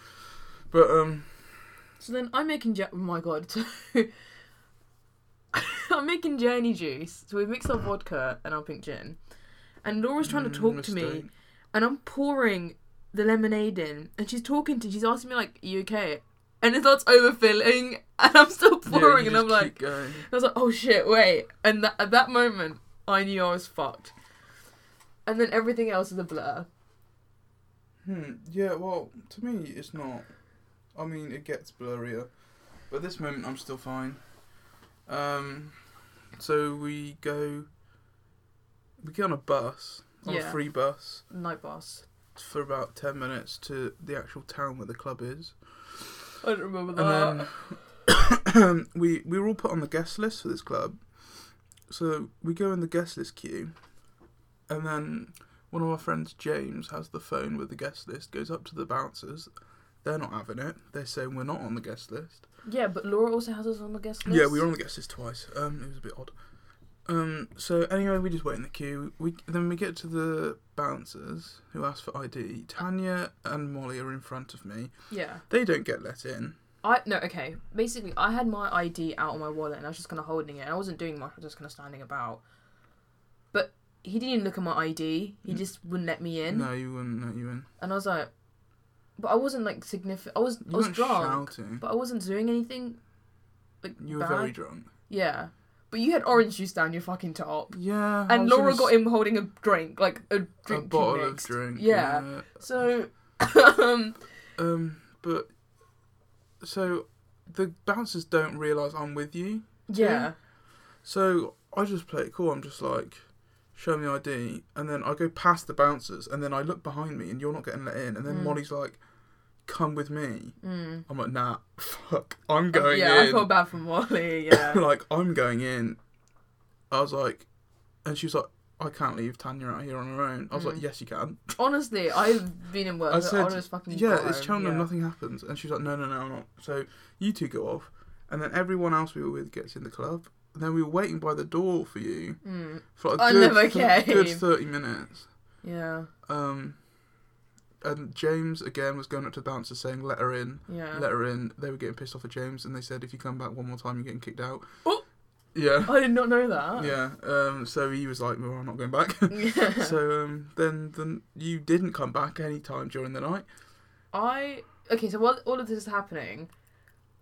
[SPEAKER 1] But um,
[SPEAKER 2] So then I'm making. Ja- oh my god. So I'm making journey juice. So we've mixed up vodka and our pink gin. And Laura's trying to
[SPEAKER 1] mm,
[SPEAKER 2] talk to me.
[SPEAKER 1] mistake.
[SPEAKER 2] and I'm pouring the lemonade in, and she's talking to, she's asking me like, "You okay?" And it starts overfilling, and I'm still
[SPEAKER 1] Yeah, you
[SPEAKER 2] pouring, and
[SPEAKER 1] just
[SPEAKER 2] I'm
[SPEAKER 1] keep
[SPEAKER 2] like,
[SPEAKER 1] going.
[SPEAKER 2] I was like, "Oh shit, wait!" And that, at that moment, I knew I was fucked. And then everything else is a blur.
[SPEAKER 1] Hmm. Yeah. Well, to me, it's not. I mean, it gets blurrier, but at this moment, I'm still fine. Um, so we go. We get on a bus, on
[SPEAKER 2] Yeah.
[SPEAKER 1] a free bus,
[SPEAKER 2] Night bus.
[SPEAKER 1] for about ten minutes to the actual town where the club is,
[SPEAKER 2] I don't remember that.
[SPEAKER 1] and then we we were all put on the guest list for this club. So we go in the guest list queue, and then One of our friends, James, has the phone with the guest list, goes up to the bouncers. They're not having it. They're saying we're not on the guest list.
[SPEAKER 2] Yeah, but Laura also has us on the guest list.
[SPEAKER 1] Yeah, we were on the guest list twice. Um, it was a bit odd. Um, so anyway, we just wait in the queue. We then we get to the bouncers who ask for ID. Tanya and Molly are in front of me.
[SPEAKER 2] Yeah.
[SPEAKER 1] They don't get let in.
[SPEAKER 2] I no okay. Basically, I had my ID out of my wallet and I was just kind of holding it. I wasn't doing much. I was just kind of standing about. But he didn't even look at my ID. He
[SPEAKER 1] Mm.
[SPEAKER 2] just wouldn't let me in.
[SPEAKER 1] No, you wouldn't let you in.
[SPEAKER 2] And I was like, but I wasn't like significant. I was
[SPEAKER 1] You
[SPEAKER 2] I was
[SPEAKER 1] weren't
[SPEAKER 2] drunk,
[SPEAKER 1] shouting.
[SPEAKER 2] but I wasn't doing anything. Like
[SPEAKER 1] You were
[SPEAKER 2] bad.
[SPEAKER 1] very drunk.
[SPEAKER 2] yeah. But you had orange juice down your fucking top,
[SPEAKER 1] Yeah. I
[SPEAKER 2] and
[SPEAKER 1] was
[SPEAKER 2] Laura
[SPEAKER 1] gonna
[SPEAKER 2] got
[SPEAKER 1] s-
[SPEAKER 2] him holding a drink, like a drink.
[SPEAKER 1] a
[SPEAKER 2] she
[SPEAKER 1] bottle of
[SPEAKER 2] mixed.
[SPEAKER 1] drink.
[SPEAKER 2] Yeah.
[SPEAKER 1] yeah.
[SPEAKER 2] So, um,
[SPEAKER 1] Um, but so the bouncers don't realise I'm with you.
[SPEAKER 2] yeah,
[SPEAKER 1] So I just play it cool. I'm just like, show me ID, and then I go past the bouncers, and then I look behind me, and you're not getting let in. And then
[SPEAKER 2] Mm.
[SPEAKER 1] Molly's like, come with me.
[SPEAKER 2] mm.
[SPEAKER 1] I'm like, nah, fuck, I'm going
[SPEAKER 2] Uh, yeah.
[SPEAKER 1] in.
[SPEAKER 2] I felt bad for Molly. Yeah,
[SPEAKER 1] like I'm going in. I was like, and she was like. I can't leave Tanya out here on her own. I was
[SPEAKER 2] Mm.
[SPEAKER 1] like, yes, you can.
[SPEAKER 2] honestly, I've been in work.
[SPEAKER 1] I
[SPEAKER 2] I
[SPEAKER 1] said,
[SPEAKER 2] will just fucking
[SPEAKER 1] Yeah,
[SPEAKER 2] go
[SPEAKER 1] it's
[SPEAKER 2] home,
[SPEAKER 1] Cheltenham,
[SPEAKER 2] yeah.
[SPEAKER 1] nothing happens. And she's like, no, no, no, I'm not. So you two go off, and then everyone else we were with gets in the club. And then we were waiting by the door for you
[SPEAKER 2] Mm.
[SPEAKER 1] for like a
[SPEAKER 2] I
[SPEAKER 1] good,
[SPEAKER 2] never
[SPEAKER 1] for a good
[SPEAKER 2] came.
[SPEAKER 1] 30 minutes.
[SPEAKER 2] Yeah,
[SPEAKER 1] Um, and James, again, was going up to the bouncer saying, let her in,
[SPEAKER 2] yeah.
[SPEAKER 1] let her in. They were getting pissed off at James, and they said, if you come back one more time, you're getting kicked out.
[SPEAKER 2] Oh!
[SPEAKER 1] Yeah.
[SPEAKER 2] I did not know that.
[SPEAKER 1] Yeah. Um, so he was like, well, I'm not going back.
[SPEAKER 2] Yeah.
[SPEAKER 1] so um, then, then you didn't come back any time during the night.
[SPEAKER 2] I okay. So while all of this is happening,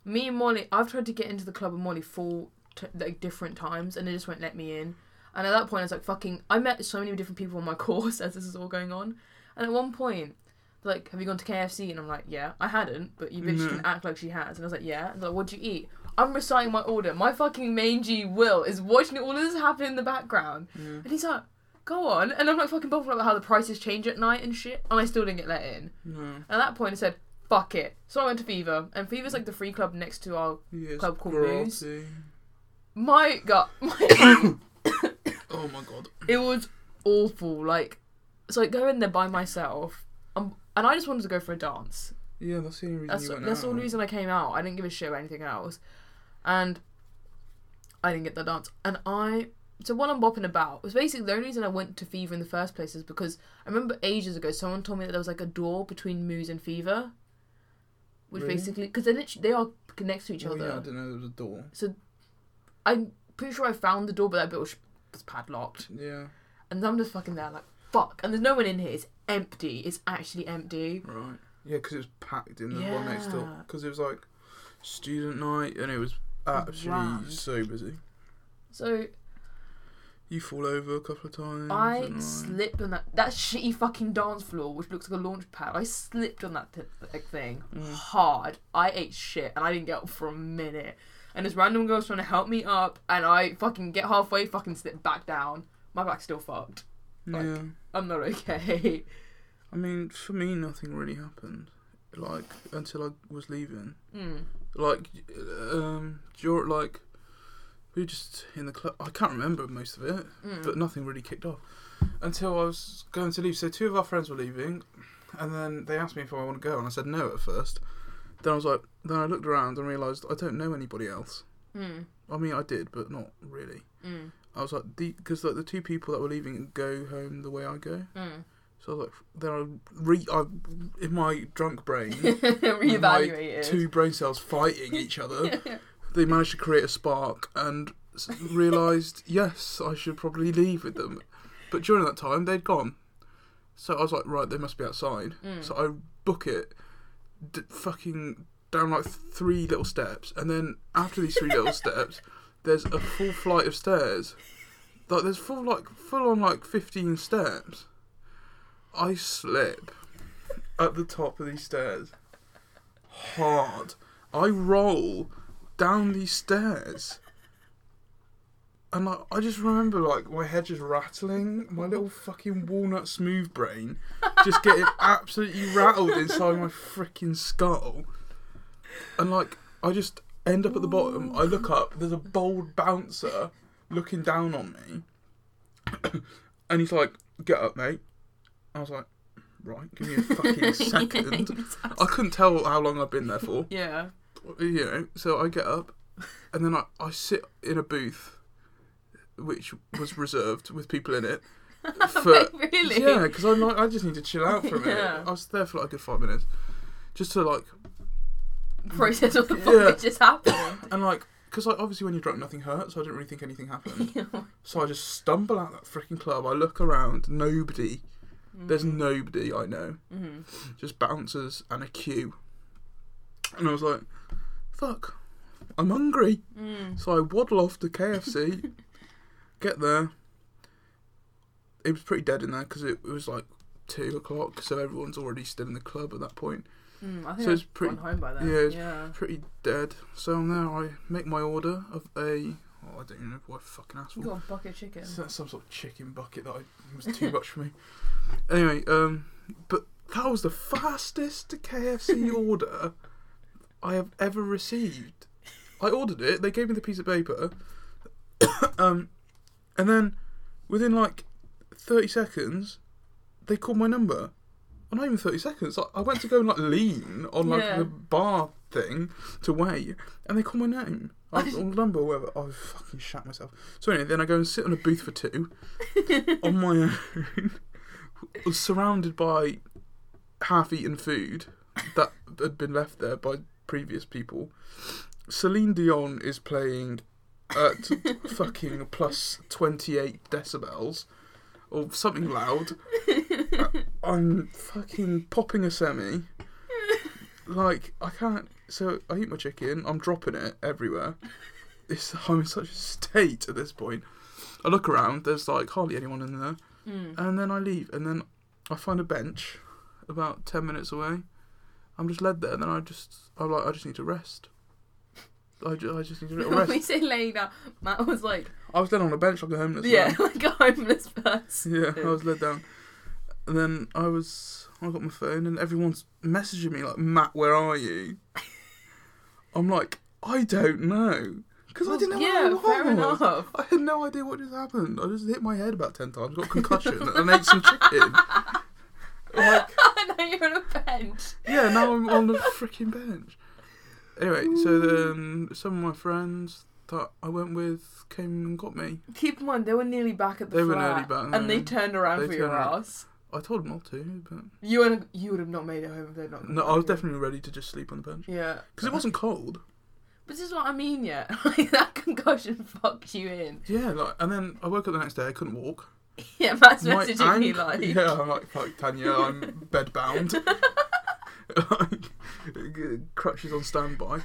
[SPEAKER 2] me and Molly, I've tried to get into the club with Molly four t- like different times, and they just won't let me in. And at that point, I was like, "Fucking!" I met so many different people on my course as this is all going on. And at one point, they're like, "Have you gone to KFC?" And I'm like, "Yeah, I hadn't, but you bitch
[SPEAKER 1] No.
[SPEAKER 2] can act like she has." And I was like, "Yeah." And they're like, "What'd you eat?" I'm reciting my order. My fucking mangy Will is watching all of this happen in the background,
[SPEAKER 1] Yeah.
[SPEAKER 2] and he's like, "Go on!" And I'm like, fucking bothered about how the prices change at night and shit, and I still didn't get let in.
[SPEAKER 1] No.
[SPEAKER 2] And at that point, I said, fuck it. So I went to Fever, and Fever's like the free club next to our.
[SPEAKER 1] Yes,
[SPEAKER 2] Club called
[SPEAKER 1] Grassy.
[SPEAKER 2] My gut. My...
[SPEAKER 1] Oh my god.
[SPEAKER 2] it was awful. Like, so I go in there by myself, um, and I just wanted to go for a dance.
[SPEAKER 1] Yeah, that's the only reason
[SPEAKER 2] That's,
[SPEAKER 1] you went
[SPEAKER 2] that's the
[SPEAKER 1] out.
[SPEAKER 2] only reason I came out. I didn't give a shit about anything else. And I didn't get the dance. And I. So what I'm bopping about was basically the only reason I went to Fever in the first place is because I remember ages ago someone told me that there was like a door between Moose and Fever, which
[SPEAKER 1] Really?
[SPEAKER 2] basically because they literally they are next to each
[SPEAKER 1] Oh,
[SPEAKER 2] other.
[SPEAKER 1] yeah, I didn't know there was a door.
[SPEAKER 2] I'm pretty sure I found the door, but that bit was, was padlocked.
[SPEAKER 1] Yeah,
[SPEAKER 2] And I'm just fucking there, like, fuck. And there's no one in here. It's empty. It's actually empty.
[SPEAKER 1] right. Yeah, because it was packed in the one next door.
[SPEAKER 2] Yeah.
[SPEAKER 1] Because it was like student night, and it was absolutely
[SPEAKER 2] Rammed.
[SPEAKER 1] so busy.
[SPEAKER 2] So
[SPEAKER 1] You fall over a couple of times.
[SPEAKER 2] I
[SPEAKER 1] and, like-
[SPEAKER 2] slipped on that that shitty fucking dance floor, which looks like a launch pad. I slipped on that th- th- thing
[SPEAKER 1] Mm.
[SPEAKER 2] hard. I ate shit, and I didn't get up for a minute. And this random girl's trying to help me up, and I fucking get halfway, fucking slip back down. My back's still fucked. like-
[SPEAKER 1] yeah.
[SPEAKER 2] I'm not okay.
[SPEAKER 1] I mean, for me, nothing really happened. Like until I was leaving.
[SPEAKER 2] mm.
[SPEAKER 1] Like, um, you're like, we were just in the club. I can't remember most of it.
[SPEAKER 2] Mm.
[SPEAKER 1] but nothing really kicked off until I was going to leave. So two of our friends were leaving, and then they asked me if I want to go, and I said no at first. Then I was like, then I looked around and realised I don't know anybody else.
[SPEAKER 2] Mm.
[SPEAKER 1] I mean, I did, but not really.
[SPEAKER 2] Mm.
[SPEAKER 1] I was like, because like the two people that were leaving go home the way I go.
[SPEAKER 2] Mm.
[SPEAKER 1] So I was like, then I re, I in my drunk brain,
[SPEAKER 2] Reevaluate it.
[SPEAKER 1] two brain cells fighting each other. they managed to create a spark and s- realised, yes, I should probably leave with them. But during that time, they'd gone. So I was like, right, they must be outside.
[SPEAKER 2] Mm.
[SPEAKER 1] So I book it, d- fucking down like three little steps. And then after these three little steps, there's a full flight of stairs. Like, there's full, like, full on like 15 steps. I slip at the top of these stairs hard. I roll down these stairs. And like, I just remember like my head just rattling, my little fucking walnut smooth brain just getting absolutely rattled inside my freaking skull. And like I just end up at the bottom. I look up. There's a bold bouncer looking down on me, and he's like, "Get up, mate." I was like, right, give me a fucking second.
[SPEAKER 2] Oh,
[SPEAKER 1] I couldn't tell how long I'd been there for.
[SPEAKER 2] yeah.
[SPEAKER 1] you know, so I get up and then I, I sit in a booth which was reserved with people in it. For,
[SPEAKER 2] Wait, really?
[SPEAKER 1] Yeah, because I'm like, I just need to chill out for a minute.
[SPEAKER 2] Yeah.
[SPEAKER 1] I was there for like a good five minutes just to like,
[SPEAKER 2] Process what the fuck
[SPEAKER 1] Yeah.
[SPEAKER 2] just happened.
[SPEAKER 1] and like, because like, obviously when you're drunk, nothing hurts, so I didn't really think anything happened. so I just stumble out that freaking club. I look around, nobody, there's
[SPEAKER 2] Mm.
[SPEAKER 1] nobody I know.
[SPEAKER 2] Mm-hmm.
[SPEAKER 1] just bouncers and a queue. And I was like, fuck, I'm hungry.
[SPEAKER 2] Mm.
[SPEAKER 1] So I waddle off to KFC, get there. It was pretty dead in there because it, it was like two o'clock, so everyone's already still in the club at that point.
[SPEAKER 2] Mm. I think
[SPEAKER 1] So
[SPEAKER 2] I've
[SPEAKER 1] it's pretty-
[SPEAKER 2] gone home by then.
[SPEAKER 1] yeah, it's
[SPEAKER 2] yeah.
[SPEAKER 1] Pretty dead. So I'm there, I make my order of a. Oh, I don't even know what I fucking asked
[SPEAKER 2] You
[SPEAKER 1] for.
[SPEAKER 2] got a bucket of chicken.
[SPEAKER 1] So that's some sort of chicken bucket that I, it was too much for me. Anyway, um, but that was the fastest KFC order I have ever received. I ordered it. They gave me the piece of paper, um, and then within like thirty seconds, they called my number. Well, not even thirty seconds. I, I went to go and like lean on like
[SPEAKER 2] Yeah.
[SPEAKER 1] the bar thing to wait, and they call my name. I or number, or whatever. I fucking shat myself. So anyway, then I go and sit on a booth for two, on my own, surrounded by half-eaten food that had been left there by previous people. Celine Dion is playing at fucking plus twenty-eight decibels or something loud. I'm fucking popping a semi. Like I can't. So I eat my chicken. I'm dropping it everywhere. It's, I'm in such a state at this point. I look around. There's like hardly anyone in there.
[SPEAKER 2] Mm.
[SPEAKER 1] And then I leave. And then I find a bench about ten minutes away. I'm just led there. And then I just I'm like I just need to rest. I just, I just need a little
[SPEAKER 2] When we
[SPEAKER 1] rest.
[SPEAKER 2] say laying down, Matt was like,
[SPEAKER 1] I was then on a bench like a homeless man.
[SPEAKER 2] yeah, like a homeless person.
[SPEAKER 1] Yeah, I was led down. And then I was, I got my phone, and everyone's messaging me like, "Matt, where are you?" I'm like, I don't know, because I didn't know
[SPEAKER 2] yeah,
[SPEAKER 1] where
[SPEAKER 2] fair
[SPEAKER 1] I was.
[SPEAKER 2] enough.
[SPEAKER 1] I had no idea what just happened. I just hit my head about ten times, got concussion, and ate some chicken. Like,
[SPEAKER 2] now you're on a bench.
[SPEAKER 1] yeah, now I'm on the freaking bench. Anyway, so then some of my friends that I went with came and got me.
[SPEAKER 2] Keep in mind, they were nearly back at the
[SPEAKER 1] They were
[SPEAKER 2] flat,
[SPEAKER 1] nearly back,
[SPEAKER 2] and they
[SPEAKER 1] yeah.
[SPEAKER 2] turned around
[SPEAKER 1] They
[SPEAKER 2] for your
[SPEAKER 1] turned around.
[SPEAKER 2] ass.
[SPEAKER 1] I told them not to, but
[SPEAKER 2] You would you would have not made it home if they'd not. come
[SPEAKER 1] no,
[SPEAKER 2] back
[SPEAKER 1] I was
[SPEAKER 2] to you.
[SPEAKER 1] definitely ready to just sleep on the bench.
[SPEAKER 2] yeah,
[SPEAKER 1] Because it wasn't cold.
[SPEAKER 2] But this is what I mean, yeah. Like that concussion fucked you in.
[SPEAKER 1] Yeah, like, and then I woke up the next day. I couldn't walk.
[SPEAKER 2] Yeah, Matt's
[SPEAKER 1] My
[SPEAKER 2] messaging me
[SPEAKER 1] ankle-
[SPEAKER 2] like,
[SPEAKER 1] yeah, I'm like, fuck Tanya, I'm bed bound. like, crutches on standby.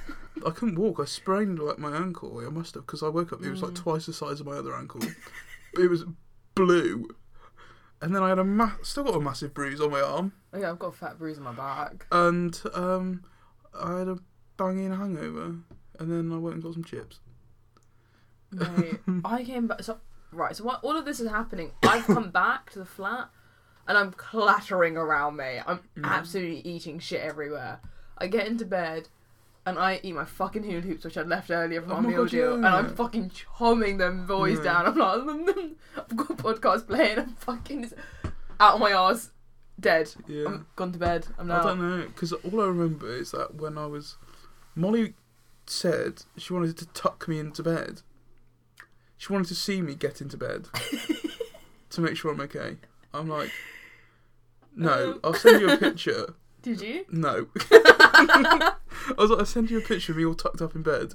[SPEAKER 1] I couldn't walk. I sprained like my ankle. I must have because I woke up. It was like
[SPEAKER 2] Mm.
[SPEAKER 1] twice the size of my other ankle. it was blue, and then I had a ma- still got a massive bruise on my arm,
[SPEAKER 2] oh yeah, I've got a fat bruise on my back.
[SPEAKER 1] and um, I had a banging hangover, and then I went and got some chips.
[SPEAKER 2] Mate, I came back. So right, so while all of this is happening, I've come back to the flat, and I'm clattering around, mate. I'm
[SPEAKER 1] Mm.
[SPEAKER 2] absolutely eating shit everywhere. I get into bed. And I eat my fucking hula hoops, which I left earlier from
[SPEAKER 1] Oh
[SPEAKER 2] my
[SPEAKER 1] my
[SPEAKER 2] meal
[SPEAKER 1] God,
[SPEAKER 2] deal, and
[SPEAKER 1] yeah. Mm.
[SPEAKER 2] I'm fucking chomming them boys
[SPEAKER 1] Yeah.
[SPEAKER 2] down. I'm like, "Nom, nom." I've got a podcast playing. I'm fucking just out of my arse, dead.
[SPEAKER 1] Yeah.
[SPEAKER 2] I'm gone to bed. I'm
[SPEAKER 1] I
[SPEAKER 2] not.
[SPEAKER 1] don't know because all I remember is that when I was, Molly said she wanted to tuck me into bed. She wanted to see me get into bed to make sure I'm okay. I'm like, no,
[SPEAKER 2] Um.
[SPEAKER 1] I'll send you a picture.
[SPEAKER 2] Did you?
[SPEAKER 1] No, I was like, I'll send you a picture of me all tucked up in bed.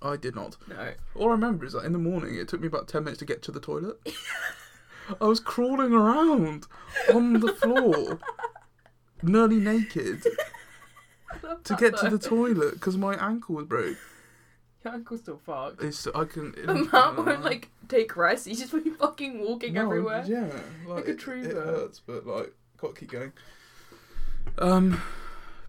[SPEAKER 1] I did not.
[SPEAKER 2] No.
[SPEAKER 1] All I remember is that in the morning it took me about ten minutes to get to the toilet. I was crawling around on the floor, nearly naked. to get to the toilet because my ankle was broke.
[SPEAKER 2] Your ankle's still fucked.
[SPEAKER 1] It's I can.
[SPEAKER 2] But Matt won't like take rest. He's just been fucking walking
[SPEAKER 1] Oh No,
[SPEAKER 2] everywhere.
[SPEAKER 1] Yeah,
[SPEAKER 2] Like
[SPEAKER 1] like
[SPEAKER 2] a
[SPEAKER 1] it,
[SPEAKER 2] tree
[SPEAKER 1] it
[SPEAKER 2] bird.
[SPEAKER 1] hurts, but like got to keep going. Um,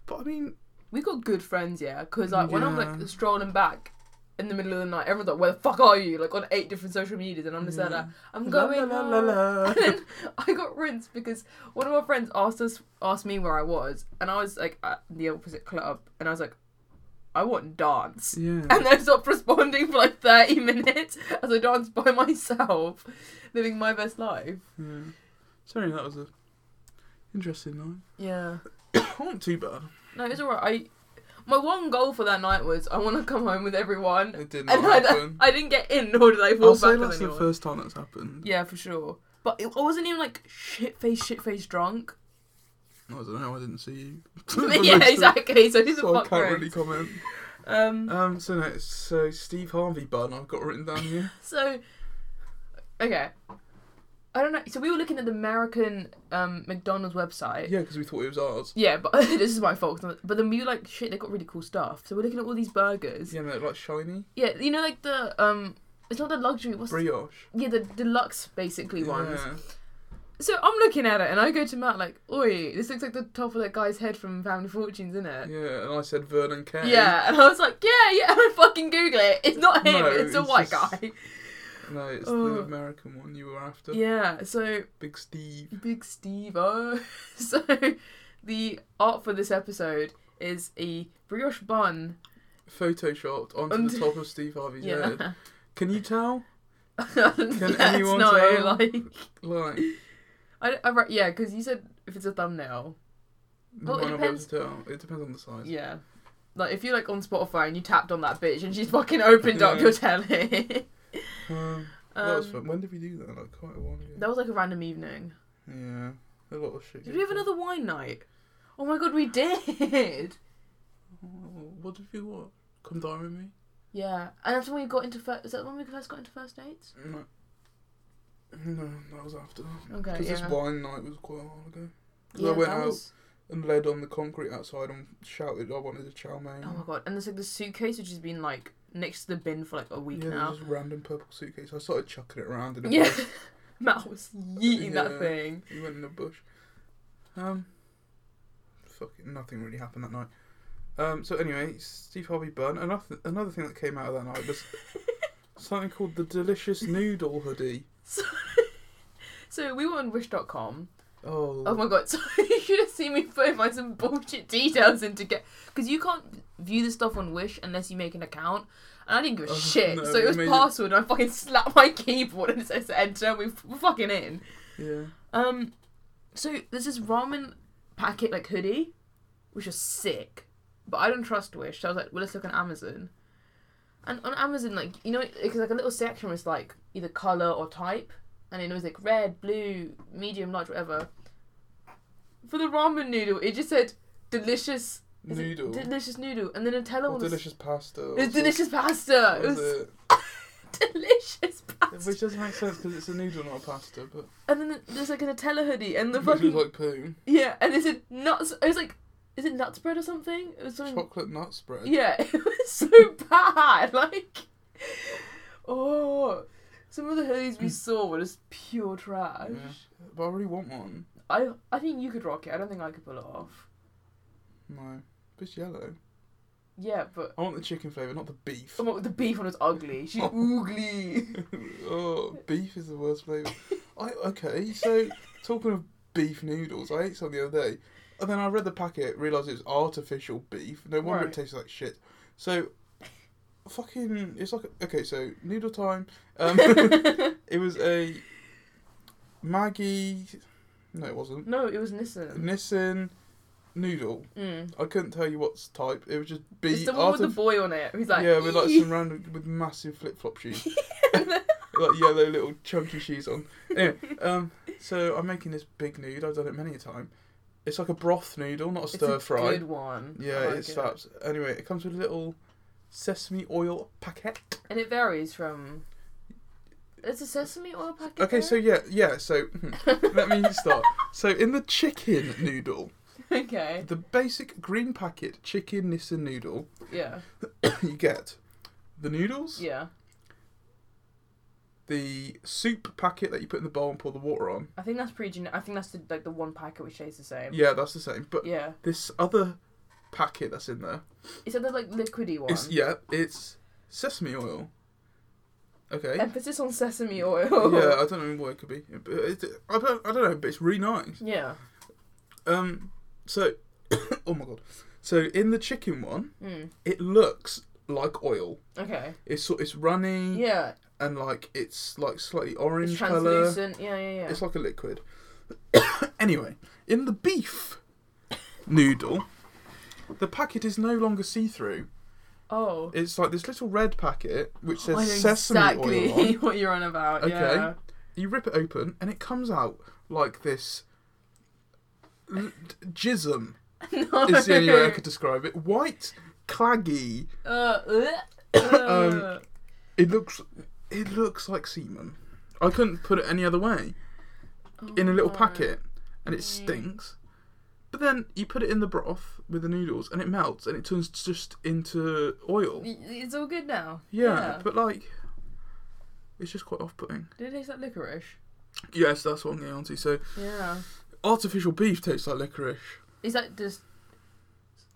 [SPEAKER 1] but I mean,
[SPEAKER 2] We got good friends, yeah. Because like when I'm
[SPEAKER 1] Yeah.
[SPEAKER 2] like strolling back in the middle of the night, everyone's like, "Where the fuck are you?" Like on eight different social medias, and I'm just there
[SPEAKER 1] Yeah.
[SPEAKER 2] like,
[SPEAKER 1] la,
[SPEAKER 2] "I'm going."
[SPEAKER 1] la,
[SPEAKER 2] home."
[SPEAKER 1] la, la, la.
[SPEAKER 2] And then I got rinsed because one of our friends asked us asked me where I was, and I was like at the opposite club, and I was like, "I want dance."
[SPEAKER 1] yeah.
[SPEAKER 2] and then stopped responding for like 30 minutes as I danced by myself, living my best life.
[SPEAKER 1] yeah. Sorry, that was a Interesting night.
[SPEAKER 2] Yeah.
[SPEAKER 1] Not too bad.
[SPEAKER 2] No, it's alright. I my one goal for that night was I want to come home with everyone,
[SPEAKER 1] It did not
[SPEAKER 2] and I,
[SPEAKER 1] happen.
[SPEAKER 2] I didn't get in, nor did I
[SPEAKER 1] I'll
[SPEAKER 2] fall
[SPEAKER 1] say
[SPEAKER 2] back with
[SPEAKER 1] that's the
[SPEAKER 2] anyone.
[SPEAKER 1] first time that's happened.
[SPEAKER 2] Yeah, for sure. But it, I wasn't even like shit face, shit face drunk.
[SPEAKER 1] I don't know. I didn't see you.
[SPEAKER 2] yeah, exactly. So who the
[SPEAKER 1] So I
[SPEAKER 2] fuck
[SPEAKER 1] can't
[SPEAKER 2] knows?
[SPEAKER 1] really comment.
[SPEAKER 2] Um.
[SPEAKER 1] Um, so no, it's so Steve Harvey bun I've got written down here.
[SPEAKER 2] So, okay. I don't know. So we were looking at the American um, McDonald's website.
[SPEAKER 1] yeah, because we thought it was ours.
[SPEAKER 2] Yeah, but this is my fault. But then we were like, shit, they got really cool stuff. So we're looking at all these burgers.
[SPEAKER 1] Yeah, no, like shiny
[SPEAKER 2] Yeah, you know, like the um, it's not the luxury. What's
[SPEAKER 1] brioche.
[SPEAKER 2] yeah the deluxe basically ones.
[SPEAKER 1] Yeah.
[SPEAKER 2] So I'm looking at it and I go to Matt like, oi, this looks like the top of that guy's head from Family Fortunes, isn't it?
[SPEAKER 1] Yeah, and I said Vernon
[SPEAKER 2] Yeah.
[SPEAKER 1] Kay.
[SPEAKER 2] and I was like, yeah, yeah. And I fucking Google it. It's not him.
[SPEAKER 1] No,
[SPEAKER 2] it's a
[SPEAKER 1] it's
[SPEAKER 2] white
[SPEAKER 1] just-
[SPEAKER 2] guy.
[SPEAKER 1] No, it's
[SPEAKER 2] Oh.
[SPEAKER 1] the American one you were after.
[SPEAKER 2] Yeah. So
[SPEAKER 1] Big Steve.
[SPEAKER 2] Big Steve. So the art for this episode is a brioche bun.
[SPEAKER 1] Photoshopped onto
[SPEAKER 2] Onto-
[SPEAKER 1] the top of Steve Harvey's head.
[SPEAKER 2] Yeah.
[SPEAKER 1] Can you tell?
[SPEAKER 2] Yes,
[SPEAKER 1] anyone
[SPEAKER 2] no,
[SPEAKER 1] tell?
[SPEAKER 2] like
[SPEAKER 1] Like,
[SPEAKER 2] I, I write- yeah, because you said if it's a thumbnail, Well,
[SPEAKER 1] you might
[SPEAKER 2] it
[SPEAKER 1] not be able
[SPEAKER 2] depends.
[SPEAKER 1] to tell. It depends on the size.
[SPEAKER 2] yeah. Like if you like on Spotify and you tapped on that bitch and she's fucking opened up
[SPEAKER 1] Yeah.
[SPEAKER 2] your telly.
[SPEAKER 1] Um,
[SPEAKER 2] Um,
[SPEAKER 1] that was fun. When did we do that? Like quite a while ago.
[SPEAKER 2] That was like a random evening.
[SPEAKER 1] yeah, a lot of shit.
[SPEAKER 2] Did
[SPEAKER 1] goes
[SPEAKER 2] we have
[SPEAKER 1] on.
[SPEAKER 2] another wine night? Oh my god, we did.
[SPEAKER 1] Oh, What did you what? Come dine with me.
[SPEAKER 2] Yeah, and that's when we got into first. Is that when we first got into first dates?
[SPEAKER 1] No, no, that was after.
[SPEAKER 2] Okay,
[SPEAKER 1] Because
[SPEAKER 2] yeah.
[SPEAKER 1] this wine night was quite a while ago. 'Cause
[SPEAKER 2] yeah,
[SPEAKER 1] I went
[SPEAKER 2] that
[SPEAKER 1] out
[SPEAKER 2] was.
[SPEAKER 1] and laid on the concrete outside and shouted I wanted a chow mein.
[SPEAKER 2] Oh my god, and there's like the suitcase which has been like next to the bin for like a week
[SPEAKER 1] yeah, there
[SPEAKER 2] now.
[SPEAKER 1] was this random purple suitcase. I started chucking it around in a
[SPEAKER 2] Yeah,
[SPEAKER 1] bush.
[SPEAKER 2] Matt was yeeting
[SPEAKER 1] Yeah.
[SPEAKER 2] that thing.
[SPEAKER 1] He went in a bush. Um, fucking nothing really happened that night. Um, so anyway, Steve Harvey Bun. Another another thing that came out of that night was something called the delicious noodle hoodie.
[SPEAKER 2] So we were on Wish.com.
[SPEAKER 1] Oh,
[SPEAKER 2] Oh my god, so you should have seen me putting my some bullshit details in to get. Because you can't view this stuff on Wish unless you make an account. And I didn't give a
[SPEAKER 1] Oh,
[SPEAKER 2] shit.
[SPEAKER 1] no,
[SPEAKER 2] so it
[SPEAKER 1] we
[SPEAKER 2] was
[SPEAKER 1] made it-
[SPEAKER 2] password and I fucking slapped my keyboard and it says enter and we f- we're fucking in.
[SPEAKER 1] yeah.
[SPEAKER 2] Um, So there's this ramen packet like hoodie, which is sick. But I don't trust Wish. So I was like, well, let's look on Amazon. And on Amazon, like, you know, it's like a little section was like either color or type. And it was like red, blue, medium, large, whatever. For the ramen noodle, it just said delicious. is it
[SPEAKER 1] Noodle.
[SPEAKER 2] Delicious noodle. And then Nutella
[SPEAKER 1] Or
[SPEAKER 2] one was.
[SPEAKER 1] delicious pasta. or
[SPEAKER 2] It was
[SPEAKER 1] something.
[SPEAKER 2] delicious pasta. It
[SPEAKER 1] Was
[SPEAKER 2] was
[SPEAKER 1] it?
[SPEAKER 2] delicious pasta.
[SPEAKER 1] Which doesn't make sense because it's a noodle, not a pasta. But
[SPEAKER 2] And then there's like a Nutella hoodie and the
[SPEAKER 1] it was
[SPEAKER 2] fucking.
[SPEAKER 1] like poo.
[SPEAKER 2] Yeah, and it said nuts. It was like, is it nuts bread or something? It was something.
[SPEAKER 1] Chocolate nut spread.
[SPEAKER 2] Yeah, it was so bad. Like, oh, some of the hoodies we saw were just pure trash.
[SPEAKER 1] Yeah. But I really want one.
[SPEAKER 2] I I think you could rock it. I don't think I could pull it off.
[SPEAKER 1] No. But it's yellow.
[SPEAKER 2] Yeah, but
[SPEAKER 1] I want the chicken flavour, not the beef.
[SPEAKER 2] oh, my- the beef one was ugly. She ugly.
[SPEAKER 1] oh, beef is the worst flavour. I okay. So talking of beef noodles, I ate some the other day, and then I read the packet, realised it was artificial beef. No wonder
[SPEAKER 2] Right.
[SPEAKER 1] it tastes like shit. So. Fucking, it's like okay. So noodle time. Um, it was a Maggie. No, it wasn't.
[SPEAKER 2] no, it was Nissan.
[SPEAKER 1] Nissan noodle.
[SPEAKER 2] Mm.
[SPEAKER 1] I couldn't tell you what's type. It was just B.
[SPEAKER 2] It's the one with the
[SPEAKER 1] artif-
[SPEAKER 2] boy on it. He's like,
[SPEAKER 1] yeah, with like
[SPEAKER 2] "Ee."
[SPEAKER 1] some random with massive flip flop shoes, like yellow little chunky shoes on. Anyway, um, so I'm making this big noodle. I've done it many a time. It's like a broth noodle, not a
[SPEAKER 2] It's
[SPEAKER 1] stir
[SPEAKER 2] a
[SPEAKER 1] fry.
[SPEAKER 2] Good one. I
[SPEAKER 1] Yeah,
[SPEAKER 2] like
[SPEAKER 1] it slaps. Anyway, it comes with a little sesame oil packet.
[SPEAKER 2] And it varies from. It's a sesame oil packet.
[SPEAKER 1] Okay, so yeah, yeah. So let me start. So in the chicken noodle,
[SPEAKER 2] okay,
[SPEAKER 1] The basic green packet chicken Nissan noodle
[SPEAKER 2] yeah,
[SPEAKER 1] you get the noodles,
[SPEAKER 2] yeah.
[SPEAKER 1] the soup packet that you put in the bowl and pour the water on.
[SPEAKER 2] I think that's pretty. Gen- I think that's the, like the one packet which tastes the same.
[SPEAKER 1] Yeah, that's the same. But
[SPEAKER 2] Yeah.
[SPEAKER 1] this other packet that's in there
[SPEAKER 2] Is that the like liquidy one?
[SPEAKER 1] is yeah, it's sesame oil. Okay.
[SPEAKER 2] Emphasis on sesame oil.
[SPEAKER 1] Yeah, I don't know what it could be. But It, I don't. I don't know. But it's really nice.
[SPEAKER 2] Yeah.
[SPEAKER 1] Um. So, oh my god. So in the chicken one,
[SPEAKER 2] Mm.
[SPEAKER 1] it looks like oil.
[SPEAKER 2] Okay.
[SPEAKER 1] It's sort. It's runny.
[SPEAKER 2] Yeah.
[SPEAKER 1] and like it's like slightly Mm. orange
[SPEAKER 2] it's
[SPEAKER 1] color.
[SPEAKER 2] translucent. Yeah, yeah, yeah.
[SPEAKER 1] It's like a liquid. anyway, in the beef noodle, the packet is no longer see through.
[SPEAKER 2] Oh.
[SPEAKER 1] It's like this little red packet which
[SPEAKER 2] I know
[SPEAKER 1] says sesame
[SPEAKER 2] Oh, exactly
[SPEAKER 1] oil on.
[SPEAKER 2] what you're on about.
[SPEAKER 1] Okay.
[SPEAKER 2] Yeah.
[SPEAKER 1] You rip it open and it comes out like this. l- Jism
[SPEAKER 2] No.
[SPEAKER 1] is the only way I could describe it. White, claggy.
[SPEAKER 2] Uh, uh,
[SPEAKER 1] Um, It looks, it looks like semen. I couldn't put it any other way.
[SPEAKER 2] oh
[SPEAKER 1] in a little
[SPEAKER 2] no.
[SPEAKER 1] packet and it
[SPEAKER 2] Mm.
[SPEAKER 1] stinks. But then you put it in the broth with the noodles and it melts and it turns just into oil. Yeah,
[SPEAKER 2] Y- It's all good now.
[SPEAKER 1] but like, it's just quite off putting.
[SPEAKER 2] Did it taste like licorice?
[SPEAKER 1] Yes, that's what I'm getting onto. So,
[SPEAKER 2] Yeah.
[SPEAKER 1] artificial beef tastes like licorice.
[SPEAKER 2] Is that just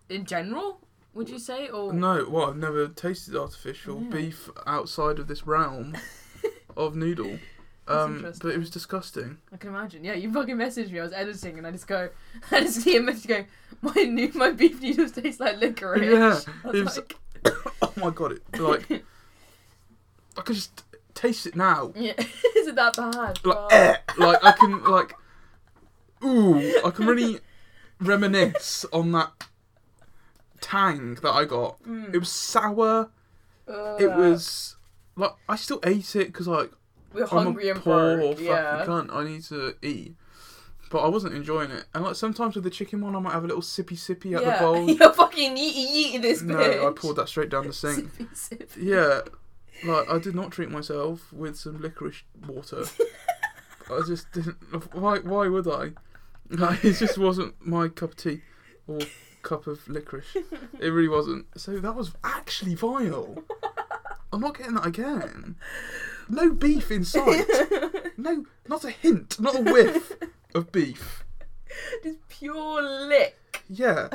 [SPEAKER 2] in general? Would you say or
[SPEAKER 1] No, well, I've never tasted artificial
[SPEAKER 2] Oh. Yeah.
[SPEAKER 1] beef outside of this realm of noodle.
[SPEAKER 2] That's
[SPEAKER 1] Um, but it
[SPEAKER 2] interesting.
[SPEAKER 1] was disgusting.
[SPEAKER 2] I can imagine. Yeah, you fucking messaged me. I was editing and I just go, I just see a message going, my new my beef noodles taste like licorice.
[SPEAKER 1] Yeah,
[SPEAKER 2] I
[SPEAKER 1] it
[SPEAKER 2] was
[SPEAKER 1] was-
[SPEAKER 2] like,
[SPEAKER 1] Oh my god! It like I could just taste it now.
[SPEAKER 2] yeah, is it that bad?
[SPEAKER 1] like,
[SPEAKER 2] Wow.
[SPEAKER 1] eh, like I can like, ooh, I can really reminisce on that tang that I got.
[SPEAKER 2] Mm. Uh.
[SPEAKER 1] It was sour.
[SPEAKER 2] Ugh.
[SPEAKER 1] It was like I still ate it because like
[SPEAKER 2] We're
[SPEAKER 1] I'm a
[SPEAKER 2] hungry and
[SPEAKER 1] poor
[SPEAKER 2] broke.
[SPEAKER 1] fucking
[SPEAKER 2] Yeah.
[SPEAKER 1] cunt. I need to eat. But I wasn't enjoying it, and like sometimes with the chicken one, I might have a little sippy sippy at the
[SPEAKER 2] yeah.
[SPEAKER 1] bowl.
[SPEAKER 2] You're fucking eating, eating this bitch.
[SPEAKER 1] no, I poured that straight down the sink.
[SPEAKER 2] Sippy, sippy.
[SPEAKER 1] Yeah, like I did not treat myself with some licorice water. I just didn't. Why? Why would I? Like, it just wasn't my cup of tea or cup of licorice. It really wasn't. So that was actually vile. I'm not getting that again. No beef in sight. No, not a hint, not a whiff of beef.
[SPEAKER 2] Just pure lick.
[SPEAKER 1] Yeah,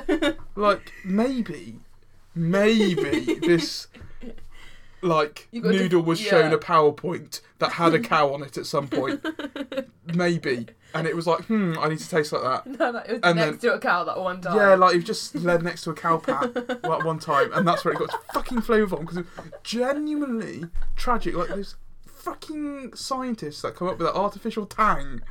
[SPEAKER 1] like maybe, maybe this like
[SPEAKER 2] You got a
[SPEAKER 1] noodle
[SPEAKER 2] diff-
[SPEAKER 1] was
[SPEAKER 2] yeah.
[SPEAKER 1] shown a PowerPoint that had a cow on it at some point, maybe, and it was like, hmm, I need to taste like that.
[SPEAKER 2] No, no, it was
[SPEAKER 1] And
[SPEAKER 2] next to a cow that one time.
[SPEAKER 1] Yeah, like you've just led next to a cow pat like one time, and that's where it got its fucking flavour from because genuinely tragic. Like those fucking scientists that come up with that artificial tang.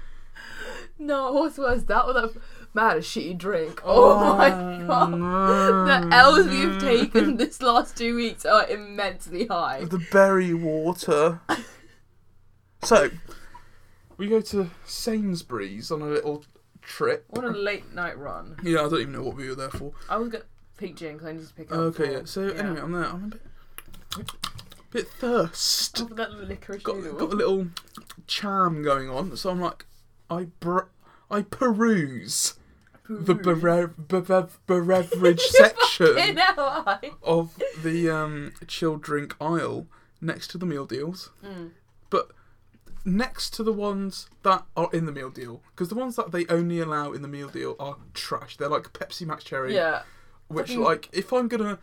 [SPEAKER 2] No, what's worse, that or that man a shitty drink. Oh, my god. The L's we've taken this last two weeks are immensely high.
[SPEAKER 1] The berry water. so, we go to Sainsbury's on a little trip.
[SPEAKER 2] What a late night run.
[SPEAKER 1] Yeah, I don't even know what we were there for.
[SPEAKER 2] I was gonna pick gin because I need to pick up.
[SPEAKER 1] Okay, yeah.
[SPEAKER 2] for-
[SPEAKER 1] So anyway, I'm there. I'm a bit, bit thirst.
[SPEAKER 2] Oh, for that licorice
[SPEAKER 1] got
[SPEAKER 2] noodle.
[SPEAKER 1] got a little charm going on. So I'm like, I br- I peruse the bere- be- be- beverage
[SPEAKER 2] In
[SPEAKER 1] section
[SPEAKER 2] LI.
[SPEAKER 1] of the um, chilled drink aisle next to the meal deals,
[SPEAKER 2] Mm.
[SPEAKER 1] but next to the ones that are in the meal deal because the ones that they only allow in the meal deal are trash. They're like Pepsi Max Cherry,
[SPEAKER 2] Yeah.
[SPEAKER 1] which
[SPEAKER 2] fucking-
[SPEAKER 1] like if I'm gonna.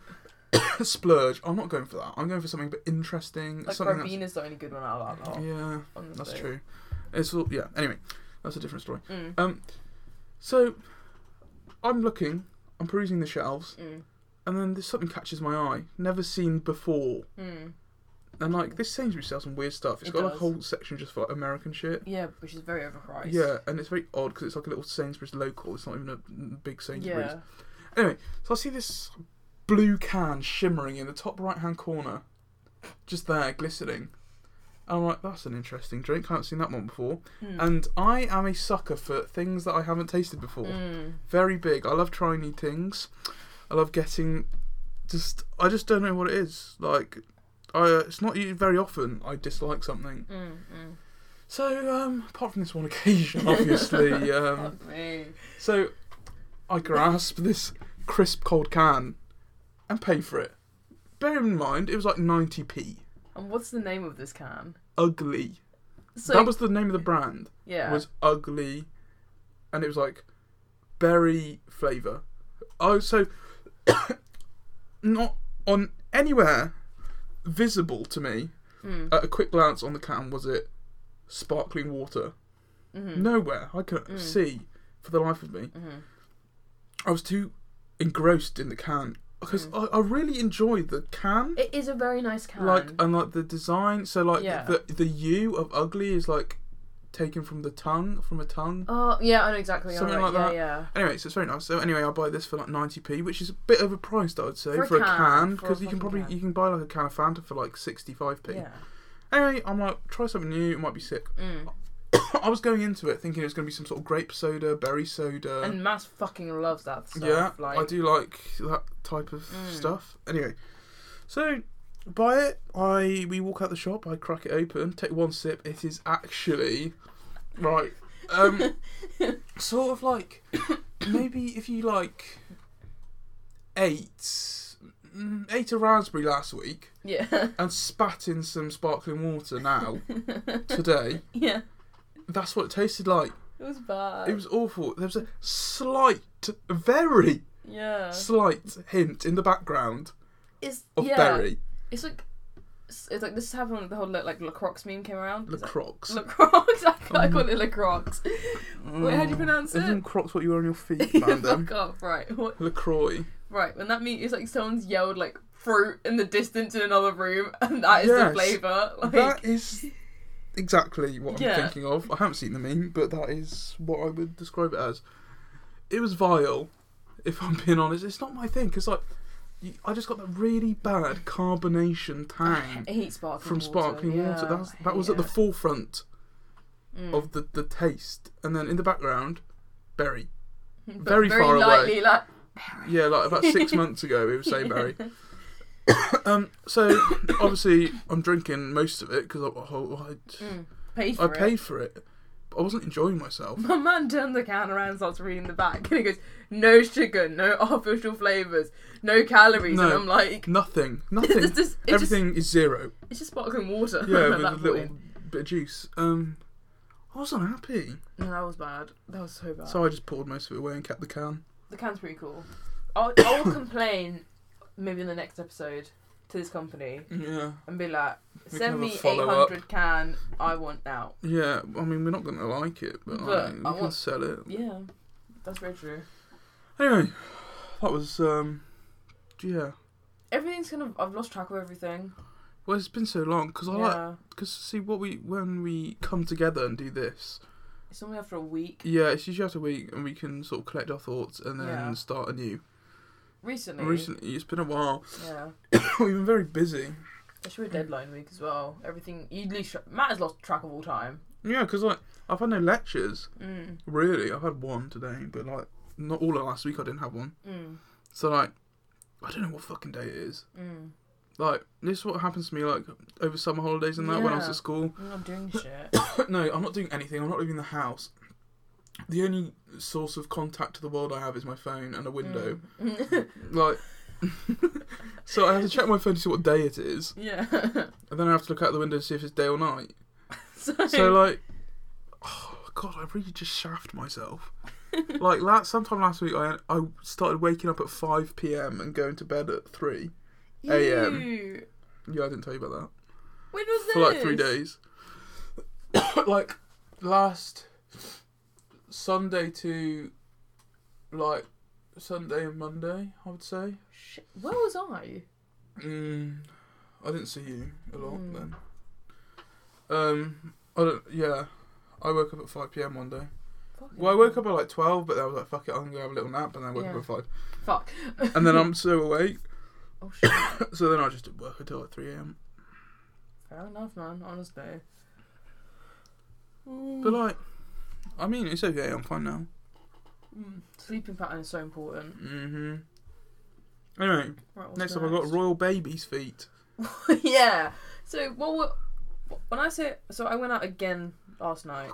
[SPEAKER 1] splurge. I'm not going for that. I'm going for something but interesting.
[SPEAKER 2] Like Oh,
[SPEAKER 1] something that's- Oh,
[SPEAKER 2] Carabina's the only good one out of that lot.
[SPEAKER 1] yeah.
[SPEAKER 2] on the
[SPEAKER 1] That's
[SPEAKER 2] thing.
[SPEAKER 1] true. It's all yeah. Anyway, that's a different story.
[SPEAKER 2] Mm.
[SPEAKER 1] Um, so I'm looking, I'm perusing the shelves,
[SPEAKER 2] Mm.
[SPEAKER 1] and then there's something catches my eye, never seen before.
[SPEAKER 2] Mm.
[SPEAKER 1] And like this Sainsbury's sells some weird stuff. It's
[SPEAKER 2] It
[SPEAKER 1] got like, a
[SPEAKER 2] does.
[SPEAKER 1] whole section just for like, American shit.
[SPEAKER 2] Yeah, which is very overpriced.
[SPEAKER 1] Yeah, and it's very odd because it's like a little Sainsbury's local. It's not even a mm, big Sainsbury's.
[SPEAKER 2] Yeah.
[SPEAKER 1] So I see this blue can shimmering in the top right hand corner, just there, glistening. And I'm like, that's an interesting drink. I haven't seen that one before.
[SPEAKER 2] Mm.
[SPEAKER 1] And I am a sucker for things that I haven't tasted before.
[SPEAKER 2] Mm.
[SPEAKER 1] Very big. I love trying new things. I love getting just I just don't know what it is. Like I uh, it's not u- very often I dislike something.
[SPEAKER 2] Mm. Mm.
[SPEAKER 1] So um apart from this one occasion obviously um
[SPEAKER 2] Fuck me.
[SPEAKER 1] so I grasp this crisp cold can and pay for it. Bear in mind it was like 90p.
[SPEAKER 2] And what's the name of this can?
[SPEAKER 1] Ugly.
[SPEAKER 2] So
[SPEAKER 1] that was the name of the brand.
[SPEAKER 2] yeah.
[SPEAKER 1] was ugly, and it was like berry flavor. Oh, so not on anywhere visible to me
[SPEAKER 2] Mm.
[SPEAKER 1] at a quick glance on the can was it sparkling water.
[SPEAKER 2] Mhm.
[SPEAKER 1] Nowhere I could
[SPEAKER 2] Mm.
[SPEAKER 1] see for the life of me.
[SPEAKER 2] Mhm.
[SPEAKER 1] I was too engrossed in the can because I, I really enjoyed the can.
[SPEAKER 2] Mm. It is a very nice can.
[SPEAKER 1] Like and like the design, so like
[SPEAKER 2] Yeah.
[SPEAKER 1] the the U of ugly is like taken from the tongue, from a tongue.
[SPEAKER 2] Oh yeah, I know exactly. I know,
[SPEAKER 1] Something
[SPEAKER 2] right,
[SPEAKER 1] like
[SPEAKER 2] yeah, Yeah.
[SPEAKER 1] Anyway, so it's very nice. So anyway, I buy this for like ninety p, which is a bit of a price that I'd say
[SPEAKER 2] For
[SPEAKER 1] for,
[SPEAKER 2] a
[SPEAKER 1] a
[SPEAKER 2] can,
[SPEAKER 1] can,
[SPEAKER 2] for a
[SPEAKER 1] because you can
[SPEAKER 2] fucking
[SPEAKER 1] probably
[SPEAKER 2] can.
[SPEAKER 1] you can buy like a can of Fanta for like sixty five p.
[SPEAKER 2] Yeah.
[SPEAKER 1] Anyway, I'm like try something new. It might be sick.
[SPEAKER 2] Mm.
[SPEAKER 1] I was going into it thinking it was going to be some sort of grape soda, berry soda.
[SPEAKER 2] and Mass fucking loves that stuff.
[SPEAKER 1] Uh, yeah,
[SPEAKER 2] like,
[SPEAKER 1] I do like that type of
[SPEAKER 2] Mm.
[SPEAKER 1] stuff. Anyway, so buy it. I we walk out the shop. I crack it open, take one sip. It is actually right. Um, sort of like maybe if you like eight mm, ate a raspberry last week
[SPEAKER 2] Yeah.
[SPEAKER 1] and spat in some sparkling water now today.
[SPEAKER 2] yeah.
[SPEAKER 1] That's what it tasted like.
[SPEAKER 2] It was bad.
[SPEAKER 1] It was awful. There was a slight, very
[SPEAKER 2] Yeah.
[SPEAKER 1] slight hint in the background
[SPEAKER 2] It's
[SPEAKER 1] of
[SPEAKER 2] yeah.
[SPEAKER 1] berry.
[SPEAKER 2] It's like it's, it's like this is how when the whole like, like Lacroix meme came around.
[SPEAKER 1] The
[SPEAKER 2] It's like,
[SPEAKER 1] Crocs.
[SPEAKER 2] Lacroix. I, ca- I
[SPEAKER 1] Um,
[SPEAKER 2] call it Lacroix. Wait, how do you pronounce
[SPEAKER 1] Isn't
[SPEAKER 2] it?
[SPEAKER 1] Crocs what Mm. you wear on your feet,
[SPEAKER 2] Fuck
[SPEAKER 1] man?
[SPEAKER 2] off. Right. What?
[SPEAKER 1] LaCroix.
[SPEAKER 2] Right. When that meme, it's like someone's yelled like fruit in the distance in another room, and that is the
[SPEAKER 1] Yes.
[SPEAKER 2] flavor. Like.
[SPEAKER 1] that is exactly what I'm
[SPEAKER 2] Yeah.
[SPEAKER 1] thinking of. I haven't seen the meme, but that is what I would describe it as. It was vile, if I'm being honest. It's not my thing, because like, you- I just got that really bad carbonation tang.
[SPEAKER 2] I hate sparkling
[SPEAKER 1] from
[SPEAKER 2] water.
[SPEAKER 1] sparkling
[SPEAKER 2] yeah,
[SPEAKER 1] water. That's,
[SPEAKER 2] I
[SPEAKER 1] that was
[SPEAKER 2] hate
[SPEAKER 1] at the
[SPEAKER 2] it.
[SPEAKER 1] forefront
[SPEAKER 2] Mm.
[SPEAKER 1] of the, the taste, and then in the background, berry.
[SPEAKER 2] But
[SPEAKER 1] very far away.
[SPEAKER 2] lightly, Like,
[SPEAKER 1] Yeah, like about six months ago, it was saying berry. Um, so obviously, I'm drinking most of it because I, I,
[SPEAKER 2] mm, paid
[SPEAKER 1] I, I
[SPEAKER 2] for it.
[SPEAKER 1] paid for it, but I wasn't enjoying myself.
[SPEAKER 2] My man turns the can around and starts reading the back, and he goes, "No sugar, no artificial flavors, no calories." And
[SPEAKER 1] No.
[SPEAKER 2] I'm like,
[SPEAKER 1] Nothing,
[SPEAKER 2] "It's
[SPEAKER 1] nothing.
[SPEAKER 2] just, it's just,
[SPEAKER 1] Everything is zero.
[SPEAKER 2] it's just sparkling water."
[SPEAKER 1] Yeah,
[SPEAKER 2] at
[SPEAKER 1] with a
[SPEAKER 2] that
[SPEAKER 1] little
[SPEAKER 2] point.
[SPEAKER 1] bit of juice. Um, I wasn't happy,
[SPEAKER 2] No, that was bad. That was so bad.
[SPEAKER 1] so I just poured most of it away and kept the can.
[SPEAKER 2] The can's pretty cool. I'll, I'll complain maybe in the next episode to this company
[SPEAKER 1] Yeah,
[SPEAKER 2] and be like,
[SPEAKER 1] We can
[SPEAKER 2] "Send
[SPEAKER 1] have a
[SPEAKER 2] me
[SPEAKER 1] follow-up.
[SPEAKER 2] 800 can. I want out."
[SPEAKER 1] yeah. I mean, we're not gonna like it, but,
[SPEAKER 2] But
[SPEAKER 1] like, we
[SPEAKER 2] I
[SPEAKER 1] can
[SPEAKER 2] want-
[SPEAKER 1] sell it.
[SPEAKER 2] Yeah, that's very true.
[SPEAKER 1] Anyway, that was um, yeah.
[SPEAKER 2] Everything's kind of. I've lost track of everything.
[SPEAKER 1] Well, it's been so long because I like
[SPEAKER 2] yeah.
[SPEAKER 1] because see what we when we come together and do this.
[SPEAKER 2] It's only after a week.
[SPEAKER 1] Yeah, it's usually after a week and we can sort of collect our thoughts and then
[SPEAKER 2] Yeah.
[SPEAKER 1] start anew.
[SPEAKER 2] Recently.
[SPEAKER 1] And Recently, it's been a while.
[SPEAKER 2] Yeah.
[SPEAKER 1] We've been very busy.
[SPEAKER 2] It's
[SPEAKER 1] Hmm.
[SPEAKER 2] should be a deadline week as well. Everything. You lose. Tra- Matt has lost track of all time.
[SPEAKER 1] Yeah, because like I've had no lectures
[SPEAKER 2] Mm.
[SPEAKER 1] really. I've had one today, but like not all of last week. I didn't have one.
[SPEAKER 2] Mm.
[SPEAKER 1] So like I don't know what fucking day it is.
[SPEAKER 2] Mm.
[SPEAKER 1] Like this is what happens to me like over summer holidays and that when I was
[SPEAKER 2] Yeah.
[SPEAKER 1] at school.
[SPEAKER 2] I'm not doing shit.
[SPEAKER 1] no, I'm not doing anything. I'm not leaving the house. The only source of contact to the world I have is my phone and a window.
[SPEAKER 2] Mm.
[SPEAKER 1] Like, so I have to check my phone to see what day it is,
[SPEAKER 2] yeah.
[SPEAKER 1] and then I have to look out the window to see if it's day or night.
[SPEAKER 2] so,
[SPEAKER 1] So like, oh god, I really just shafted myself. like last sometime last week, I I started waking up at five p.m. and going to bed at three. AM.
[SPEAKER 2] Ew.
[SPEAKER 1] Yeah, I didn't tell you about that
[SPEAKER 2] When was this?
[SPEAKER 1] for like three days. like last Sunday to like Sunday and Monday, I would say.
[SPEAKER 2] Shit. Where was I?
[SPEAKER 1] Mm, I didn't see you a lot
[SPEAKER 2] Mm.
[SPEAKER 1] then. Um, I don't. Yeah, I woke up at five p.m. one day.
[SPEAKER 2] Fucking
[SPEAKER 1] Well, I woke up at like twelve, but then I was like, "Fuck it, I'm gonna go have a little nap," and then I woke
[SPEAKER 2] Yeah.
[SPEAKER 1] up at five,
[SPEAKER 2] Fuck.
[SPEAKER 1] and then I'm so awake.
[SPEAKER 2] Oh shit.
[SPEAKER 1] So then I just did work until like three a.m.
[SPEAKER 2] Fair enough, man. Honestly.
[SPEAKER 1] But like, I mean, it's okay. I'm fine now.
[SPEAKER 2] Mm. Sleeping pattern is so important.
[SPEAKER 1] hmm Anyway,
[SPEAKER 2] Right, what's
[SPEAKER 1] Next up, I've got royal baby's feet.
[SPEAKER 2] yeah. So what? were- When I say so, I went out again last
[SPEAKER 1] Oh,
[SPEAKER 2] night.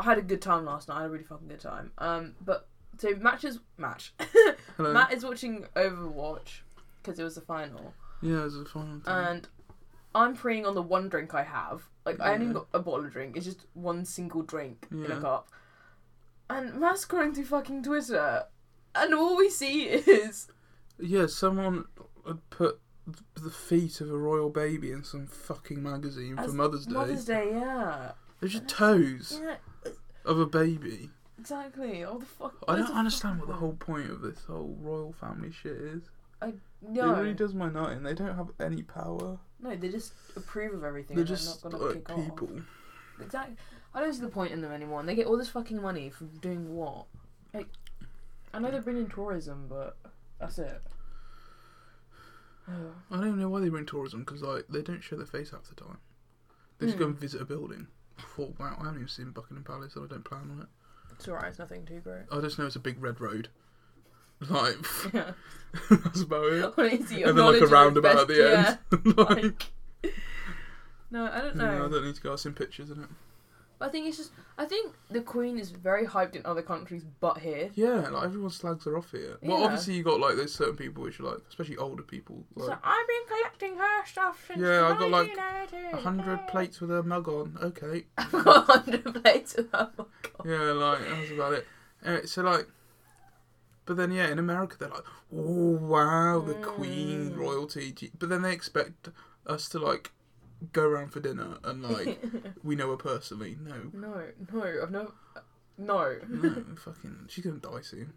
[SPEAKER 2] I had a good time last night. I had a really fucking good time. Um, but so matches match.
[SPEAKER 1] Hello.
[SPEAKER 2] Matt is watching Overwatch because it was the final,
[SPEAKER 1] yeah, there's a final time.
[SPEAKER 2] and I'm preying on the one drink I have. Like I ain't even
[SPEAKER 1] Yeah.
[SPEAKER 2] got a bottle of drink. It's just one single drink in
[SPEAKER 1] Yeah.
[SPEAKER 2] a cup. And Matt's scrolling through fucking Twitter, and all we see is
[SPEAKER 1] yeah, someone had put th- the feet of a royal baby in some fucking magazine for
[SPEAKER 2] As
[SPEAKER 1] Mother's Day.
[SPEAKER 2] Mother's Day. Yeah.
[SPEAKER 1] There's just toes
[SPEAKER 2] Yeah.
[SPEAKER 1] of a baby.
[SPEAKER 2] Exactly. Oh the fuck.
[SPEAKER 1] I
[SPEAKER 2] what is
[SPEAKER 1] don't
[SPEAKER 2] the
[SPEAKER 1] understand
[SPEAKER 2] fuck-
[SPEAKER 1] what the whole point of this whole royal family shit is.
[SPEAKER 2] No,
[SPEAKER 1] It really does my nut in. They don't have any power.
[SPEAKER 2] no, they just approve of everything.
[SPEAKER 1] They're
[SPEAKER 2] and
[SPEAKER 1] just
[SPEAKER 2] they're not gonna
[SPEAKER 1] like
[SPEAKER 2] kick
[SPEAKER 1] people.
[SPEAKER 2] Off. Exactly. I don't see the point in them anymore. And they get all this fucking money from doing what? Like, I know they're bringing tourism, but that's it.
[SPEAKER 1] I don't know why they bring tourism because like they don't show their face half the time. They just go
[SPEAKER 2] Hmm.
[SPEAKER 1] and visit a building. Thought, wow, I haven't even seen Buckingham Palace, and I don't plan on it.
[SPEAKER 2] It's alright. It's nothing too great.
[SPEAKER 1] I just know it's a big red road. Like
[SPEAKER 2] Yeah.
[SPEAKER 1] that's about it.
[SPEAKER 2] What is your
[SPEAKER 1] and then like
[SPEAKER 2] knowledge
[SPEAKER 1] a
[SPEAKER 2] of
[SPEAKER 1] roundabout at
[SPEAKER 2] invest-
[SPEAKER 1] the end. like,
[SPEAKER 2] No, I don't
[SPEAKER 1] no,
[SPEAKER 2] know.
[SPEAKER 1] I don't need to go. I've seen pictures in it.
[SPEAKER 2] I think it's just. I think the Queen is very hyped in other countries, but here.
[SPEAKER 1] Yeah, like everyone slags her off here. Well,
[SPEAKER 2] Yeah.
[SPEAKER 1] obviously you got like there's certain people which are like, especially older people.
[SPEAKER 2] It's
[SPEAKER 1] Like
[SPEAKER 2] like, I've been collecting her stuff since
[SPEAKER 1] Yeah, I got, like,
[SPEAKER 2] 1980."
[SPEAKER 1] a hundred plates with her mug on. Okay,
[SPEAKER 2] I've got a hundred plates of her.
[SPEAKER 1] Yeah, like that's about it. Uh, so like, but then yeah, in America they're like, oh wow, the Queen
[SPEAKER 2] Mm.
[SPEAKER 1] royalty. Gee- But then they expect us to like go around for dinner and like we know her personally. No,
[SPEAKER 2] no, no, I've never. No.
[SPEAKER 1] no, fucking, she's gonna die soon.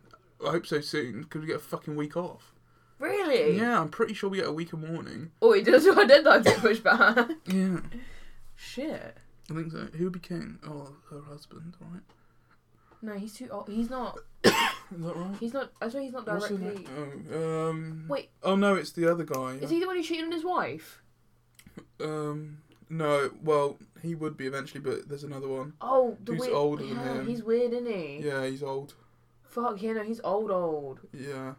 [SPEAKER 1] I hope so soon. Could we get a fucking week off?
[SPEAKER 2] Really?
[SPEAKER 1] Yeah, I'm pretty sure we get a week of mourning.
[SPEAKER 2] Oh, he does my deadline to push back.
[SPEAKER 1] Yeah,
[SPEAKER 2] Shit.
[SPEAKER 1] I think so. Who would be king? Oh, her husband, right?
[SPEAKER 2] No, he's too old. He's not.
[SPEAKER 1] Is that right?
[SPEAKER 2] He's not. I swear he's not
[SPEAKER 1] What's his
[SPEAKER 2] directly.
[SPEAKER 1] name? Oh, um.
[SPEAKER 2] Wait.
[SPEAKER 1] Oh no, it's the other guy.
[SPEAKER 2] Is he the one who cheated on his wife?
[SPEAKER 1] Um, no. Well, he would be eventually, but there's another one.
[SPEAKER 2] Oh, the
[SPEAKER 1] Who's
[SPEAKER 2] weird.
[SPEAKER 1] older than
[SPEAKER 2] yeah,
[SPEAKER 1] him.
[SPEAKER 2] He's weird, isn't he?
[SPEAKER 1] Yeah, he's old.
[SPEAKER 2] Fuck yeah, no, he's old, old.
[SPEAKER 1] Yeah,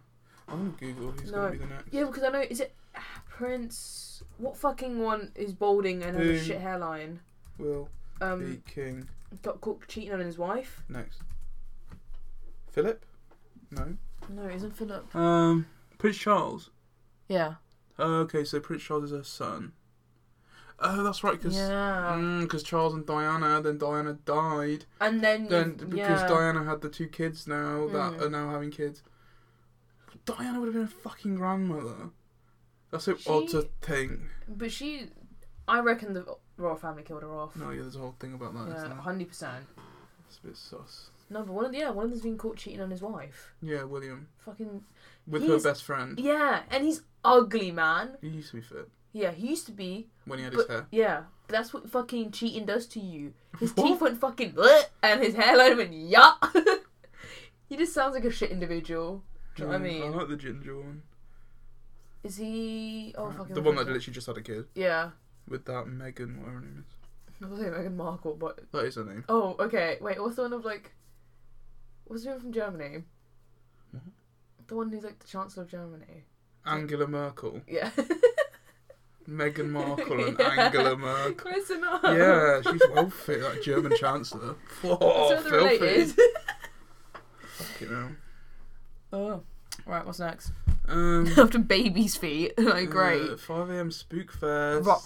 [SPEAKER 1] I'm gonna Google who's
[SPEAKER 2] No.
[SPEAKER 1] gonna be the next.
[SPEAKER 2] Yeah, because I know. Is it ah, Prince? What fucking one is balding and has
[SPEAKER 1] Who?
[SPEAKER 2] a shit hairline?
[SPEAKER 1] Will be
[SPEAKER 2] Um,
[SPEAKER 1] king
[SPEAKER 2] got caught cheating on his wife.
[SPEAKER 1] next. Philip? No.
[SPEAKER 2] No, it isn't Philip.
[SPEAKER 1] Um, Prince Charles.
[SPEAKER 2] Yeah.
[SPEAKER 1] Oh, okay, so Prince Charles is her son. Oh, that's right, because.
[SPEAKER 2] Yeah.
[SPEAKER 1] Charles and Diana, then Diana died.
[SPEAKER 2] and then.
[SPEAKER 1] Then
[SPEAKER 2] you-
[SPEAKER 1] because
[SPEAKER 2] yeah.
[SPEAKER 1] Diana had the two kids now that
[SPEAKER 2] Mm.
[SPEAKER 1] are now having kids. Diana would have been a fucking grandmother. That's so odd
[SPEAKER 2] She-
[SPEAKER 1] to think.
[SPEAKER 2] But she, I reckon the royal family killed her off.
[SPEAKER 1] No, yeah, there's a whole thing about that.
[SPEAKER 2] Yeah,
[SPEAKER 1] not there?
[SPEAKER 2] hundred percent.
[SPEAKER 1] It's a bit sus.
[SPEAKER 2] No, but one of the, yeah, one of them's been caught cheating on his wife.
[SPEAKER 1] Yeah, William.
[SPEAKER 2] Fucking
[SPEAKER 1] With
[SPEAKER 2] He's-
[SPEAKER 1] her best friend.
[SPEAKER 2] yeah, and he's ugly, man.
[SPEAKER 1] He used to be fit
[SPEAKER 2] Yeah, he used to be.
[SPEAKER 1] when he had his
[SPEAKER 2] But
[SPEAKER 1] hair.
[SPEAKER 2] yeah, but that's what fucking cheating does to you. His
[SPEAKER 1] What?
[SPEAKER 2] teeth went fucking bleh, and his hairline went yuck. he just sounds like a shit individual. Do you know what I
[SPEAKER 1] Yeah,
[SPEAKER 2] mean?
[SPEAKER 1] I like the ginger one.
[SPEAKER 2] Is he? Oh
[SPEAKER 1] Right.
[SPEAKER 2] fucking.
[SPEAKER 1] the one that
[SPEAKER 2] did.
[SPEAKER 1] literally just had a kid.
[SPEAKER 2] Yeah,
[SPEAKER 1] With that Megan, whatever her name is.
[SPEAKER 2] I was like Meghan Markle, but
[SPEAKER 1] That is her name.
[SPEAKER 2] oh okay. Wait, what's the one of like? What's the one from Germany?
[SPEAKER 1] What?
[SPEAKER 2] The one who's like the Chancellor of Germany.
[SPEAKER 1] Angela Merkel.
[SPEAKER 2] Yeah.
[SPEAKER 1] Meghan Markle and
[SPEAKER 2] Yeah.
[SPEAKER 1] Angela Merkel.
[SPEAKER 2] Close enough.
[SPEAKER 1] Yeah, she's well fit, that German chancellor. Oh,
[SPEAKER 2] so they're
[SPEAKER 1] filthy.
[SPEAKER 2] related.
[SPEAKER 1] Fucking hell.
[SPEAKER 2] oh. Right, what's next?
[SPEAKER 1] Um,
[SPEAKER 2] After baby's feet. like, great.
[SPEAKER 1] uh, 5 a.m. Spook Fest.
[SPEAKER 2] Right.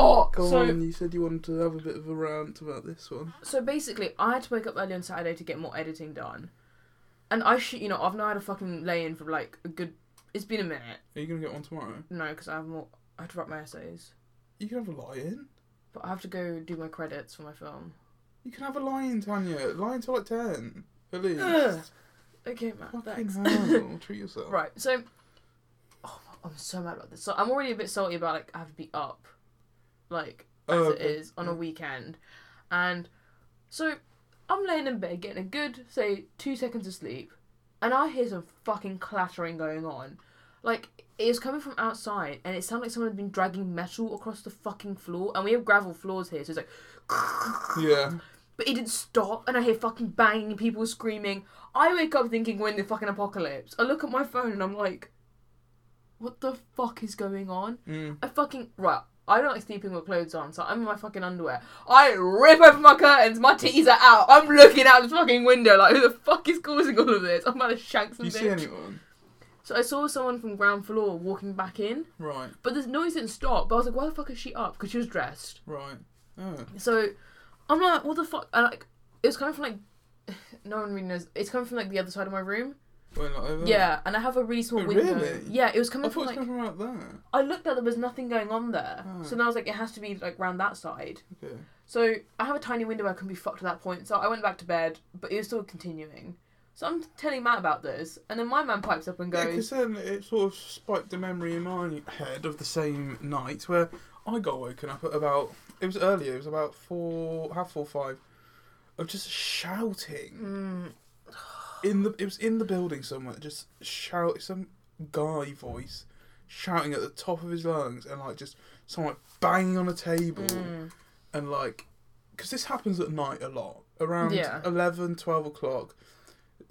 [SPEAKER 2] oh,
[SPEAKER 1] Go
[SPEAKER 2] so,
[SPEAKER 1] on, you said you wanted to have a bit of a rant about this one.
[SPEAKER 2] so basically, I had to wake up early on Saturday to get more editing done. And I should, you know, I've not had a fucking lay in for like a good. It's been a minute.
[SPEAKER 1] Are you going to get one tomorrow?
[SPEAKER 2] No, because I have more. I have to write my essays.
[SPEAKER 1] You can have a lie in.
[SPEAKER 2] But I have to go do my credits for my film.
[SPEAKER 1] You can have a lie in, Tanya. Lie until like 10, at least.
[SPEAKER 2] Ugh. Okay, man.
[SPEAKER 1] Fucking
[SPEAKER 2] Thanks.
[SPEAKER 1] hell. Treat yourself.
[SPEAKER 2] Right, so. Oh, I'm so mad about this. So I'm already a bit salty about like I have to be up, like as
[SPEAKER 1] Oh,
[SPEAKER 2] it is on a
[SPEAKER 1] yeah.
[SPEAKER 2] weekend, and so I'm laying in bed getting a good say two seconds of sleep, and I hear some fucking clattering going on, like it was coming from outside, and it sounded like someone had been dragging metal across the fucking floor, and we have gravel floors here, so it's like,
[SPEAKER 1] Yeah.
[SPEAKER 2] but it didn't stop, and I hear fucking banging, people screaming. I wake up thinking we're in the fucking apocalypse. I look at my phone and I'm like, what the fuck is going on?
[SPEAKER 1] Mm.
[SPEAKER 2] I fucking right. I don't like sleeping with clothes on, so I'm in my fucking underwear. I rip open my curtains, my titties are out. I'm looking out the fucking window, like who the fuck is causing all of this? I'm about to shank
[SPEAKER 1] Do you
[SPEAKER 2] some
[SPEAKER 1] see
[SPEAKER 2] bitch.
[SPEAKER 1] anyone?
[SPEAKER 2] So I saw someone from ground floor walking back in,
[SPEAKER 1] Right,
[SPEAKER 2] but the noise didn't stop. But I was like, why the fuck is she up? Because she was dressed.
[SPEAKER 1] right. Oh.
[SPEAKER 2] So I'm like, what the fuck? And like, it was coming from like, no one really knows. It's coming from like the other side of my room.
[SPEAKER 1] Wait, not over there?
[SPEAKER 2] Yeah, and I have a really small
[SPEAKER 1] Oh,
[SPEAKER 2] window.
[SPEAKER 1] Mm. really?
[SPEAKER 2] Yeah, it was
[SPEAKER 1] I
[SPEAKER 2] coming
[SPEAKER 1] thought it
[SPEAKER 2] from
[SPEAKER 1] was
[SPEAKER 2] like.
[SPEAKER 1] coming from out there.
[SPEAKER 2] I looked at there was nothing going on there,
[SPEAKER 1] Oh.
[SPEAKER 2] so then I was like, it has to be like round that side.
[SPEAKER 1] Okay.
[SPEAKER 2] So I have a tiny window where I can be fucked at that point. So I went back to bed, but it was still continuing. So I'm telling Matt about this, and then my man pipes up and
[SPEAKER 1] Yeah, because
[SPEAKER 2] goes,
[SPEAKER 1] then it sort of spiked a memory in my head of the same night where I got woken up at about. It was earlier. It was about four, half four, five, of just shouting
[SPEAKER 2] Mm,
[SPEAKER 1] in the. It was in the building somewhere. Just shout some guy voice shouting at the top of his lungs and like just someone like, banging on a table
[SPEAKER 2] mm.
[SPEAKER 1] and like because this happens at night a lot around
[SPEAKER 2] Yeah.
[SPEAKER 1] eleven, twelve 11 12 o'clock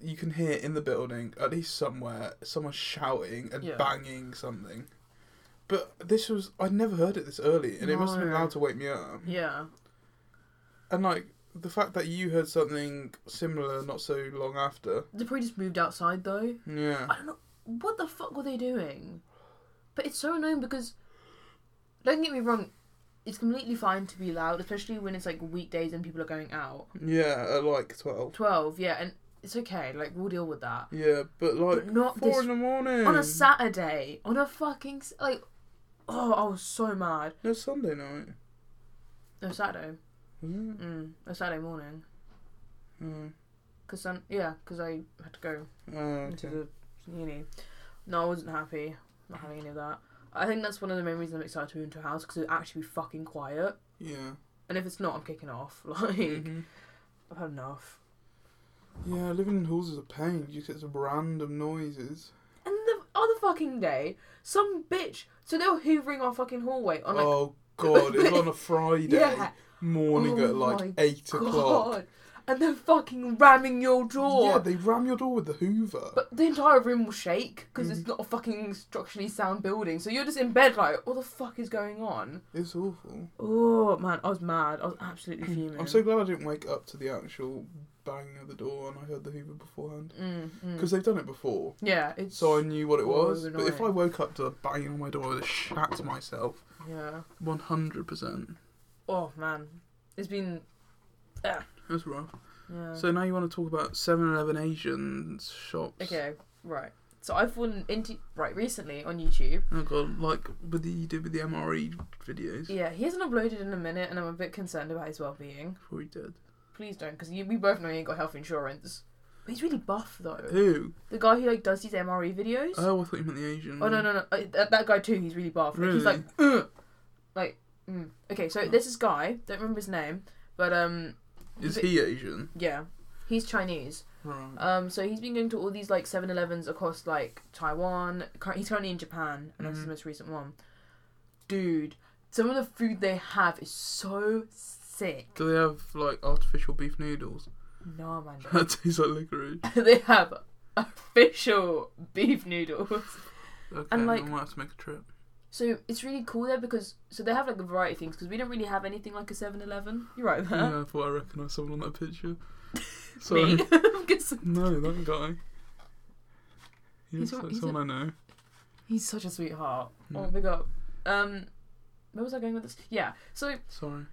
[SPEAKER 1] you can hear in the building at least somewhere someone shouting and
[SPEAKER 2] Yeah.
[SPEAKER 1] banging something but this was i'd never heard it this early and it must have been
[SPEAKER 2] No.
[SPEAKER 1] loud to wake me up
[SPEAKER 2] Yeah.
[SPEAKER 1] and like the fact that you heard something similar not so long after
[SPEAKER 2] They probably just moved outside though.
[SPEAKER 1] yeah
[SPEAKER 2] I don't know what the fuck were they doing, but it's so annoying because don't get me wrong, it's completely fine to be loud, especially when it's like weekdays and people are going out.
[SPEAKER 1] yeah at like 12
[SPEAKER 2] Twelve, yeah, and it's okay. Like we'll deal with that.
[SPEAKER 1] yeah but like
[SPEAKER 2] But not
[SPEAKER 1] 4
[SPEAKER 2] this-
[SPEAKER 1] in the morning
[SPEAKER 2] On a Saturday, on a fucking s- like, oh, I was so mad.
[SPEAKER 1] no sunday night Mm-hmm.
[SPEAKER 2] No Saturday,
[SPEAKER 1] was it?
[SPEAKER 2] mm, no Saturday morning,
[SPEAKER 1] Mm.
[SPEAKER 2] cause then yeah, cause I had to go
[SPEAKER 1] Oh,
[SPEAKER 2] into
[SPEAKER 1] okay.
[SPEAKER 2] the uni. No, I wasn't happy. Not having any of that. I think that's one of the main reasons I'm excited to move into a house because it'll actually be fucking quiet.
[SPEAKER 1] yeah
[SPEAKER 2] And if it's not, I'm kicking off. Like
[SPEAKER 1] Mhm.
[SPEAKER 2] I've had enough.
[SPEAKER 1] Yeah, living in halls is a pain. You get some random noises.
[SPEAKER 2] And the other fucking day, some bitch. So they were hoovering our fucking hallway on like
[SPEAKER 1] oh god, it was on a Friday
[SPEAKER 2] yeah,
[SPEAKER 1] morning
[SPEAKER 2] Oh
[SPEAKER 1] at
[SPEAKER 2] my
[SPEAKER 1] like eight o'clock.
[SPEAKER 2] God. and they're fucking ramming your door.
[SPEAKER 1] Yeah, they ram your door with the Hoover.
[SPEAKER 2] But the entire room will shake because
[SPEAKER 1] Mm.
[SPEAKER 2] it's not a fucking structurally sound building. So you're just in bed like, what the fuck is going on?
[SPEAKER 1] it's awful.
[SPEAKER 2] Oh man, I was mad. I was absolutely fuming.
[SPEAKER 1] Mm. I'm so glad I didn't wake up to the actual banging of the door and I heard the Hoover beforehand
[SPEAKER 2] Mm, mm.
[SPEAKER 1] because they've done it before,
[SPEAKER 2] Yeah, it's
[SPEAKER 1] so I knew what it
[SPEAKER 2] Oh,
[SPEAKER 1] was. But if I
[SPEAKER 2] annoying.
[SPEAKER 1] woke up to the banging on my door, I'd have shat myself.
[SPEAKER 2] yeah.
[SPEAKER 1] One hundred percent.
[SPEAKER 2] Oh man, it's been
[SPEAKER 1] That's rough.
[SPEAKER 2] yeah.
[SPEAKER 1] So now you want to talk about 7-Eleven Asian shops?
[SPEAKER 2] okay, right. So I've fallen into right recently on YouTube.
[SPEAKER 1] Oh god, like with the you did with the MRE videos.
[SPEAKER 2] Yeah, he hasn't uploaded in a minute, and I'm a bit concerned about his well-being.
[SPEAKER 1] Before he did.
[SPEAKER 2] Please don't, because we both know he ain't got health insurance. But he's really buff though.
[SPEAKER 1] Who?
[SPEAKER 2] The guy who like does these MRE E videos.
[SPEAKER 1] Oh, I thought you meant the Asian.
[SPEAKER 2] Oh no no no! Uh, That, that guy too. He's really buff. Like, He's like,
[SPEAKER 1] Really?
[SPEAKER 2] "Ugh." like, mm. okay. So there's this is guy. Don't remember his name, but um,
[SPEAKER 1] Is he Asian?
[SPEAKER 2] yeah, he's Chinese.
[SPEAKER 1] Right.
[SPEAKER 2] Um, so he's been going to all these like 7-Elevens across like Taiwan. Cur- He's currently in Japan, and that's his
[SPEAKER 1] Mhm.
[SPEAKER 2] most recent one. Dude, some of the food they have is so sick.
[SPEAKER 1] Do they have like artificial beef noodles?
[SPEAKER 2] No man,
[SPEAKER 1] That tastes like licorice.
[SPEAKER 2] they have official beef noodles.
[SPEAKER 1] Okay,
[SPEAKER 2] And, like-
[SPEAKER 1] I might have to make a trip.
[SPEAKER 2] So it's really cool there because so they have like a variety of things because we don't really have anything like a 7-Eleven. You're right there.
[SPEAKER 1] Yeah, I thought I recognised someone on that picture. Mm, Sorry.
[SPEAKER 2] Me, because
[SPEAKER 1] no, that guy. Yes,
[SPEAKER 2] He's a-
[SPEAKER 1] that's
[SPEAKER 2] he's a-
[SPEAKER 1] someone I know.
[SPEAKER 2] he's such a sweetheart.
[SPEAKER 1] No.
[SPEAKER 2] Oh, big up. Um, where was I going with this? Yeah. So
[SPEAKER 1] Sorry.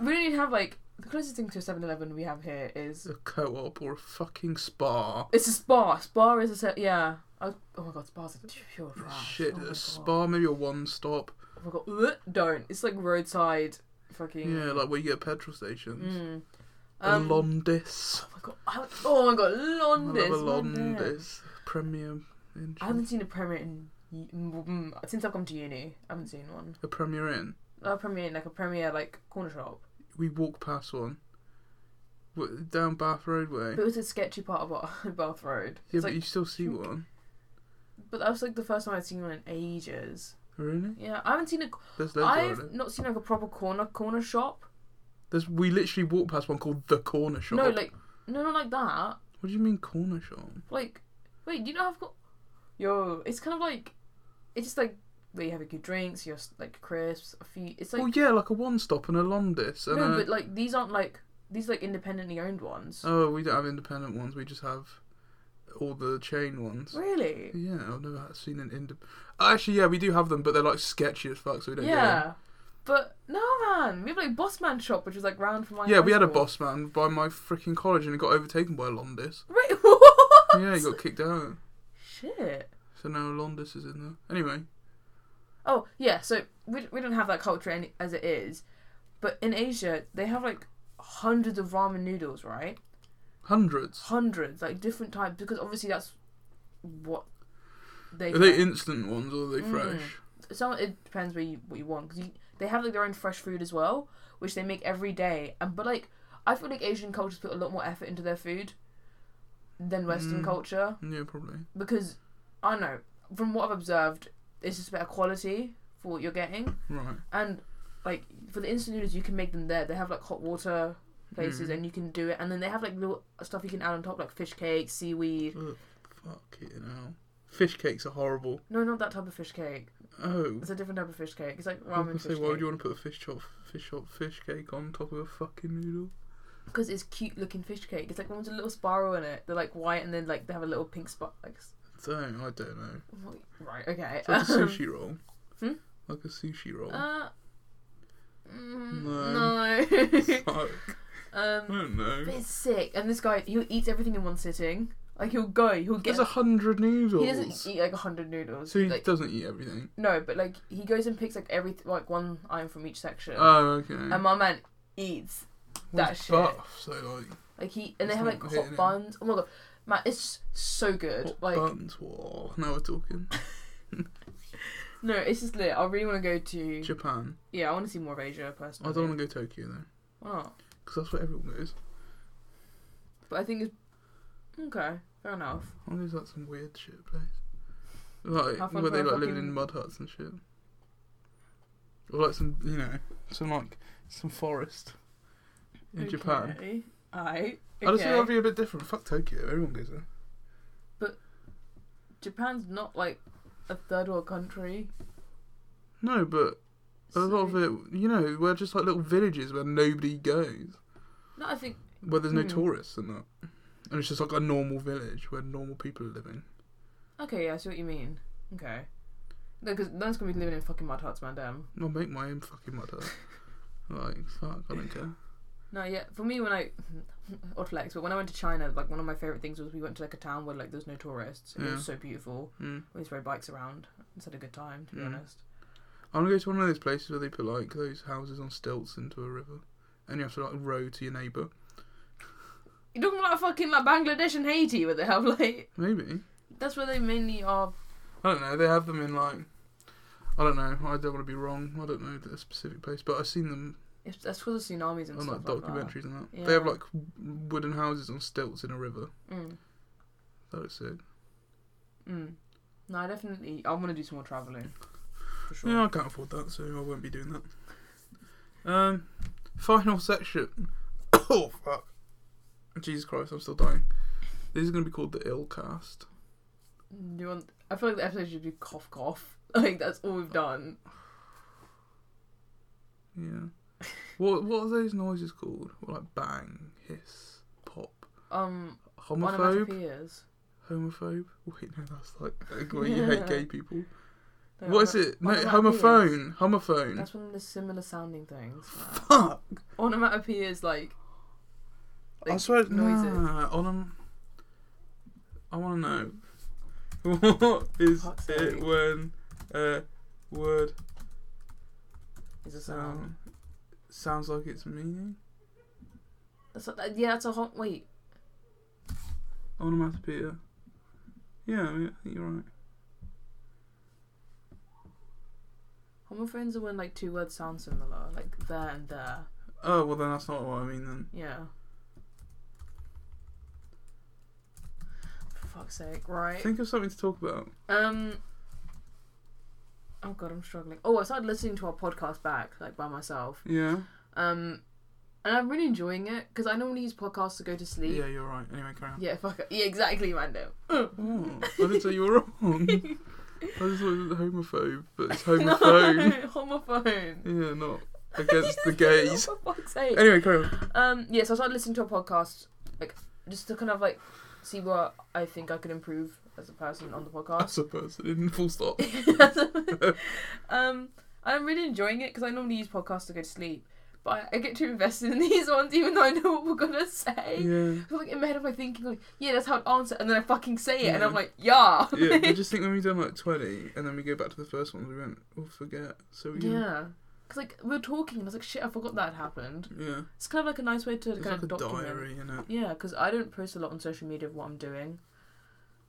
[SPEAKER 2] We don't even have like the closest thing to a 7-Eleven we have here is
[SPEAKER 1] A co-op or a fucking spa.
[SPEAKER 2] it's a spa. Spa is a se- yeah. I, oh my god, spas are pure trash.
[SPEAKER 1] Shit,
[SPEAKER 2] oh my
[SPEAKER 1] a
[SPEAKER 2] god.
[SPEAKER 1] spa, maybe a one-stop.
[SPEAKER 2] Oh my god, Ugh, don't. It's like roadside fucking.
[SPEAKER 1] Yeah, like where you get petrol stations.
[SPEAKER 2] Mm.
[SPEAKER 1] a
[SPEAKER 2] Um,
[SPEAKER 1] Londis.
[SPEAKER 2] oh my god. I, oh my god,
[SPEAKER 1] I love
[SPEAKER 2] Londis.
[SPEAKER 1] a
[SPEAKER 2] Londis.
[SPEAKER 1] Londis. Premium. Inn.
[SPEAKER 2] I haven't seen a premiere in y- mm, mm, since I've come to uni. I haven't seen one.
[SPEAKER 1] A Premier Inn.
[SPEAKER 2] A premiere in like a premiere like corner shop,
[SPEAKER 1] we walked past one W- down Bath Roadway.
[SPEAKER 2] but it was a sketchy part of Ba- Bath Road.
[SPEAKER 1] yeah, but
[SPEAKER 2] It's like,
[SPEAKER 1] you still see
[SPEAKER 2] drink.
[SPEAKER 1] one.
[SPEAKER 2] but that was like the first time I'd seen one in ages.
[SPEAKER 1] Really?
[SPEAKER 2] Yeah, I haven't seen a
[SPEAKER 1] There's loads
[SPEAKER 2] I've
[SPEAKER 1] of it.
[SPEAKER 2] not seen like a proper corner corner shop.
[SPEAKER 1] There's we literally walked past one called the Corner Shop.
[SPEAKER 2] No, like no, not like that.
[SPEAKER 1] what do you mean corner shop?
[SPEAKER 2] Like, wait, do you not have? Co- Yo, it's kind of like, it's just like where you have your good drinks, your like crisps, a few. It's like
[SPEAKER 1] oh yeah, like a one stop and a Londis and
[SPEAKER 2] no,
[SPEAKER 1] a,
[SPEAKER 2] but like these aren't like these are, like independently owned ones.
[SPEAKER 1] oh we don't have independent ones. We just have all the chain ones.
[SPEAKER 2] really?
[SPEAKER 1] Yeah, I've never had- seen an independent. Actually, yeah, we do have them, but they're like sketchy as fuck, so we don't.
[SPEAKER 2] Yeah.
[SPEAKER 1] get them.
[SPEAKER 2] But no, man. We have like Bossman shop, which was like round from my.
[SPEAKER 1] Yeah,
[SPEAKER 2] high
[SPEAKER 1] we had a
[SPEAKER 2] school.
[SPEAKER 1] boss man by my freaking college, and he got overtaken by a Londis.
[SPEAKER 2] Wait, what?
[SPEAKER 1] yeah, he got kicked out.
[SPEAKER 2] Shit.
[SPEAKER 1] So now a Londis is in there. Anyway,
[SPEAKER 2] Oh yeah, so we we don't have that culture any, as it is, but in Asia they have like hundreds of ramen noodles, right?
[SPEAKER 1] hundreds.
[SPEAKER 2] Hundreds, like different types, because obviously that's what they.
[SPEAKER 1] Are they instant ones or are they
[SPEAKER 2] Mm.
[SPEAKER 1] fresh?
[SPEAKER 2] Some it depends where you what you want because they have like their own fresh food as well, which they make every day. And but like I feel like Asian cultures put a lot more effort into their food than Western
[SPEAKER 1] Mm.
[SPEAKER 2] culture
[SPEAKER 1] Yeah, probably.
[SPEAKER 2] because I don't know from what I've observed, it's just better quality for what you're getting,
[SPEAKER 1] Right.
[SPEAKER 2] and like for the instant noodles, you can make them there. They have like hot water places,
[SPEAKER 1] Mm.
[SPEAKER 2] and you can do it, and then they have like little stuff you can add on top, like fish cake, seaweed.
[SPEAKER 1] Ugh, fuck it now. Fish cakes are horrible.
[SPEAKER 2] No, not that type of fish cake.
[SPEAKER 1] Oh.
[SPEAKER 2] It's a different type of fish cake. It's like
[SPEAKER 1] I was
[SPEAKER 2] ramen
[SPEAKER 1] gonna say,
[SPEAKER 2] fish
[SPEAKER 1] why would you
[SPEAKER 2] cake
[SPEAKER 1] want to put a fish chop, fish chop, fish cake on top of a fucking noodle?
[SPEAKER 2] because it's cute looking fish cake. It's like one with a little spiral in it. They're like white, and then like they have a little pink spot. Like s-
[SPEAKER 1] So I don't know.
[SPEAKER 2] right, okay.
[SPEAKER 1] It's like a
[SPEAKER 2] um,
[SPEAKER 1] sushi roll.
[SPEAKER 2] hmm?
[SPEAKER 1] Like a sushi roll.
[SPEAKER 2] Uh, mm,
[SPEAKER 1] Fuck.
[SPEAKER 2] no.
[SPEAKER 1] I
[SPEAKER 2] um,
[SPEAKER 1] don't know.
[SPEAKER 2] but it's sick. And this guy, he'll eat everything in one sitting. Like he'll go, he'll get.
[SPEAKER 1] There's a hundred noodles.
[SPEAKER 2] He doesn't eat like a hundred noodles.
[SPEAKER 1] so he
[SPEAKER 2] like,
[SPEAKER 1] doesn't eat everything.
[SPEAKER 2] no, but like he goes and picks like every like one item from each section,
[SPEAKER 1] Oh, okay.
[SPEAKER 2] and my man eats
[SPEAKER 1] Well,
[SPEAKER 2] that
[SPEAKER 1] it's
[SPEAKER 2] shit.
[SPEAKER 1] Buff, so like
[SPEAKER 2] like he and they
[SPEAKER 1] It's
[SPEAKER 2] have
[SPEAKER 1] not
[SPEAKER 2] like
[SPEAKER 1] hitting
[SPEAKER 2] hot
[SPEAKER 1] him.
[SPEAKER 2] buns. Oh my god, man, it's so good.
[SPEAKER 1] hot
[SPEAKER 2] like
[SPEAKER 1] buns. Whoa, now we're talking.
[SPEAKER 2] no, it's just lit. I really want to go to
[SPEAKER 1] Japan.
[SPEAKER 2] yeah. I want to see more of Asia
[SPEAKER 1] I
[SPEAKER 2] personally.
[SPEAKER 1] don't want to go to Tokyo though,
[SPEAKER 2] Why not?
[SPEAKER 1] because that's where everyone goes.
[SPEAKER 2] But I think it's okay. Fair enough.
[SPEAKER 1] Oh, there's like some weird shit place. Like
[SPEAKER 2] Have fun
[SPEAKER 1] where they
[SPEAKER 2] for a
[SPEAKER 1] like living in
[SPEAKER 2] fucking-
[SPEAKER 1] mud huts and shit. Or like some you know, some like some forest in Japan.
[SPEAKER 2] Okay. I. Okay.
[SPEAKER 1] I just think that'd be a bit different. Fuck Tokyo, everyone goes there.
[SPEAKER 2] Japan's not like a third world country.
[SPEAKER 1] No, but a lot of
[SPEAKER 2] so-
[SPEAKER 1] it you know, we're just like little villages where nobody goes.
[SPEAKER 2] No, I think
[SPEAKER 1] Where there's no
[SPEAKER 2] Hmm.
[SPEAKER 1] tourists and that. And it's just like a normal village where normal people are living.
[SPEAKER 2] okay. Yeah, I see what you mean. Okay. Because that's gonna be living in fucking mud huts, man. Damn.
[SPEAKER 1] I'll make my own fucking mud hut. like, fuck, I don't care.
[SPEAKER 2] No, yeah. For me, when I odd flex, but when I went to China, like one of my favorite things was we went to like a town where like there was no tourists. and It
[SPEAKER 1] Yeah.
[SPEAKER 2] was so beautiful.
[SPEAKER 1] Mm.
[SPEAKER 2] We just rode bikes around. It's had a good time, to be
[SPEAKER 1] Mm.
[SPEAKER 2] honest.
[SPEAKER 1] I want to go to one of those places where they put like those houses on stilts into a river, and you have to like row to your neighbour.
[SPEAKER 2] You're talking about fucking like Bangladesh and Haiti, where they have like
[SPEAKER 1] Maybe
[SPEAKER 2] that's where they mainly are.
[SPEAKER 1] I don't know. They have them in like I don't know. I don't want to be wrong. I don't know the specific place, but I've seen them
[SPEAKER 2] It's, that's because of tsunamis and
[SPEAKER 1] on
[SPEAKER 2] stuff
[SPEAKER 1] Oh, like
[SPEAKER 2] like
[SPEAKER 1] documentaries and that. They
[SPEAKER 2] Yeah.
[SPEAKER 1] have like w- wooden houses on stilts in a river.
[SPEAKER 2] that. Mm.
[SPEAKER 1] That looks sick.
[SPEAKER 2] Mm. No, I definitely. I want to do some more traveling. For sure.
[SPEAKER 1] Yeah, I can't afford that, so I won't be doing that. Um, final section. oh fuck! Jesus Christ, I'm still dying. This is gonna be called the ill cast.
[SPEAKER 2] Do you want? I feel like the episode should be cough cough. Like that's all we've done.
[SPEAKER 1] Yeah. What what are those noises called? Well, like bang, hiss, pop.
[SPEAKER 2] Um,
[SPEAKER 1] Homophobe?
[SPEAKER 2] onomatopoeias.
[SPEAKER 1] Homophobe? Wait, no, that's like like when you hate
[SPEAKER 2] Yeah.
[SPEAKER 1] gay people.
[SPEAKER 2] No,
[SPEAKER 1] what is
[SPEAKER 2] ono-
[SPEAKER 1] it? No,
[SPEAKER 2] onomatopoeias.
[SPEAKER 1] homophone. Homophone.
[SPEAKER 2] That's when there's similar sounding things.
[SPEAKER 1] Fuck.
[SPEAKER 2] Onomatopoeia is like.
[SPEAKER 1] I swear,
[SPEAKER 2] noises.
[SPEAKER 1] nah, on 'em- I want to know. What is
[SPEAKER 2] Fuck's
[SPEAKER 1] it
[SPEAKER 2] sake.
[SPEAKER 1] when a word
[SPEAKER 2] Is a
[SPEAKER 1] sound
[SPEAKER 2] sound.
[SPEAKER 1] sounds like its meaning?
[SPEAKER 2] That's a, yeah, that's a hot. Wait,
[SPEAKER 1] Onomatopoeia. Yeah, I mean, I think you're right.
[SPEAKER 2] homophones are when like two words sound similar, like there and there.
[SPEAKER 1] Oh, well, then that's not what I mean then.
[SPEAKER 2] Yeah. For fuck's sake, right?
[SPEAKER 1] Think of something to talk about.
[SPEAKER 2] Um. Oh god, I'm struggling. Oh, I started listening to our podcast back, like by myself.
[SPEAKER 1] Yeah.
[SPEAKER 2] Um, and I'm really enjoying it because I normally use podcasts to go to sleep.
[SPEAKER 1] Yeah, you're right. Anyway, carry on.
[SPEAKER 2] Yeah, fuck it. Yeah, exactly, Mando.
[SPEAKER 1] Oh, I didn't say you were wrong. I just thought it was homophobe, but it's
[SPEAKER 2] No,
[SPEAKER 1] homophobe.
[SPEAKER 2] homophone.
[SPEAKER 1] Yeah, not against the
[SPEAKER 2] Oh,
[SPEAKER 1] gays.
[SPEAKER 2] for fuck's sake.
[SPEAKER 1] Anyway, carry on.
[SPEAKER 2] Um, yeah, so I started listening to a podcast, like, just to kind of, like, see what I think I could improve as a person on the
[SPEAKER 1] That's
[SPEAKER 2] podcast.
[SPEAKER 1] a person in full stop.
[SPEAKER 2] um, I'm really enjoying it because I normally use podcasts to go to sleep, but I, I get too invested in these ones even though I know what we're gonna say.
[SPEAKER 1] Yeah.
[SPEAKER 2] So, like, in my head, I'm like thinking, like, yeah, that's how it answer, and then I fucking say it, and
[SPEAKER 1] Yeah.
[SPEAKER 2] I'm like, yeah.
[SPEAKER 1] Yeah, I just think when we've done like 20 and then we go back to the first one, we went, we'll forget. So we can-
[SPEAKER 2] Yeah. Because, like, we were talking, and I was like, shit, I forgot that happened.
[SPEAKER 1] Yeah.
[SPEAKER 2] It's kind of like a nice way to
[SPEAKER 1] It's
[SPEAKER 2] kind
[SPEAKER 1] like a
[SPEAKER 2] of document.
[SPEAKER 1] diary, you know.
[SPEAKER 2] Yeah, because I don't post a lot on social media of what I'm doing.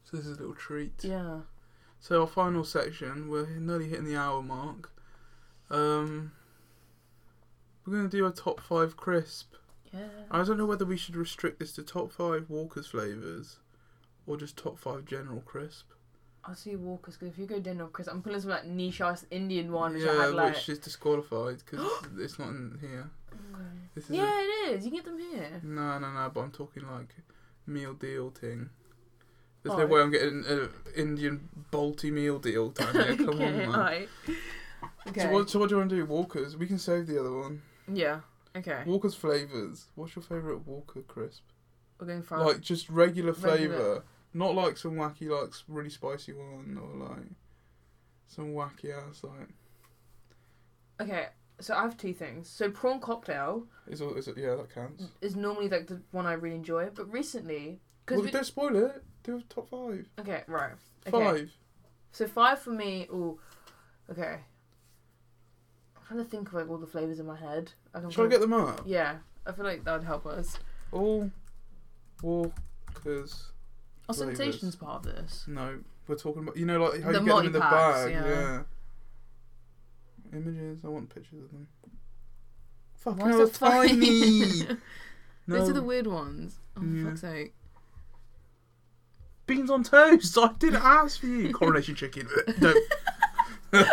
[SPEAKER 1] So this is a little treat.
[SPEAKER 2] Yeah.
[SPEAKER 1] So our final section, we're nearly hitting the hour mark. Um, we're going to do a top five crisp.
[SPEAKER 2] Yeah.
[SPEAKER 1] I don't know whether we should restrict this to top five Walker's flavours or just top five general crisp.
[SPEAKER 2] I'll see Walker's because if you go dinner, because I'm pulling some like niche ass Indian one, which I
[SPEAKER 1] yeah,
[SPEAKER 2] had like.
[SPEAKER 1] which is disqualified because it's not in here.
[SPEAKER 2] Mm.
[SPEAKER 1] This is a-
[SPEAKER 2] Yeah, it is. You can get them here.
[SPEAKER 1] No, no, no. But I'm talking like meal deal thing. There's no
[SPEAKER 2] Alright.
[SPEAKER 1] way I'm getting an Indian bolty meal deal down here. Come on,
[SPEAKER 2] okay,
[SPEAKER 1] man.
[SPEAKER 2] alright. Okay.
[SPEAKER 1] So, what, so what do you want to do? Walkers. We can save the other one.
[SPEAKER 2] Yeah. Okay.
[SPEAKER 1] Walkers flavors. What's your favorite Walker crisp?
[SPEAKER 2] We're going for
[SPEAKER 1] Like just regular
[SPEAKER 2] Regular.
[SPEAKER 1] flavor, not like some wacky like s- really spicy one or like some wacky ass like.
[SPEAKER 2] Okay, so I have two things. So prawn cocktail
[SPEAKER 1] Is all is it? Yeah, that counts.
[SPEAKER 2] is normally like the one I really enjoy, but recently because
[SPEAKER 1] Well, don't spoil it. Do a top five.
[SPEAKER 2] okay, right, okay.
[SPEAKER 1] Five.
[SPEAKER 2] So five for me. Ooh, okay. I'm trying to think of like all the flavors in my head. I can
[SPEAKER 1] Shall I get them up?
[SPEAKER 2] Yeah, I feel like that would help us.
[SPEAKER 1] All Walkers.
[SPEAKER 2] Oh,
[SPEAKER 1] Flavours.
[SPEAKER 2] sensations part of this.
[SPEAKER 1] No, we're talking about you know like how
[SPEAKER 2] The
[SPEAKER 1] you get them in the
[SPEAKER 2] multi-packs,
[SPEAKER 1] bag.
[SPEAKER 2] yeah.
[SPEAKER 1] Yeah. Images. I want pictures of them. Fucking
[SPEAKER 2] What's
[SPEAKER 1] hell,
[SPEAKER 2] the fuck-
[SPEAKER 1] tiny. no.
[SPEAKER 2] Those are the weird ones. Oh,
[SPEAKER 1] Yeah.
[SPEAKER 2] fuck's sake.
[SPEAKER 1] beans on toast. I didn't ask for you. Coronation chicken. no. no,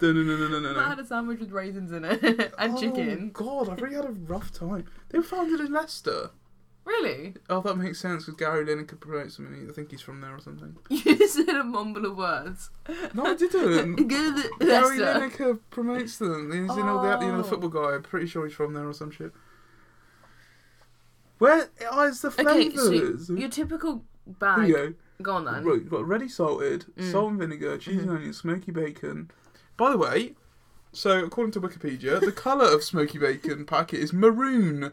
[SPEAKER 1] no, no, no, no, no,
[SPEAKER 2] I
[SPEAKER 1] no.
[SPEAKER 2] had a sandwich with raisins in it and
[SPEAKER 1] Oh,
[SPEAKER 2] chicken.
[SPEAKER 1] God, I've really had a rough time. They were founded in Leicester.
[SPEAKER 2] Really?
[SPEAKER 1] Oh, that makes sense because Gary Lennon could promote something. I think he's from there or something.
[SPEAKER 2] You said a mumble of words.
[SPEAKER 1] No, I didn't.
[SPEAKER 2] Go to the
[SPEAKER 1] Gary
[SPEAKER 2] Leicester.
[SPEAKER 1] Lineker promotes them. He's in all the, you know, the
[SPEAKER 2] Oh.
[SPEAKER 1] football guy. I'm pretty sure he's from there or some shit. Where is the
[SPEAKER 2] Okay, so
[SPEAKER 1] flavours?
[SPEAKER 2] Your typical
[SPEAKER 1] Here
[SPEAKER 2] bag.
[SPEAKER 1] you go.
[SPEAKER 2] Go on then.
[SPEAKER 1] Right, you've got ready salted,
[SPEAKER 2] Mm.
[SPEAKER 1] salt and vinegar, cheese and
[SPEAKER 2] Mhm.
[SPEAKER 1] onion, smoky bacon. By the way, so according to Wikipedia, the colour of smoky bacon packet is maroon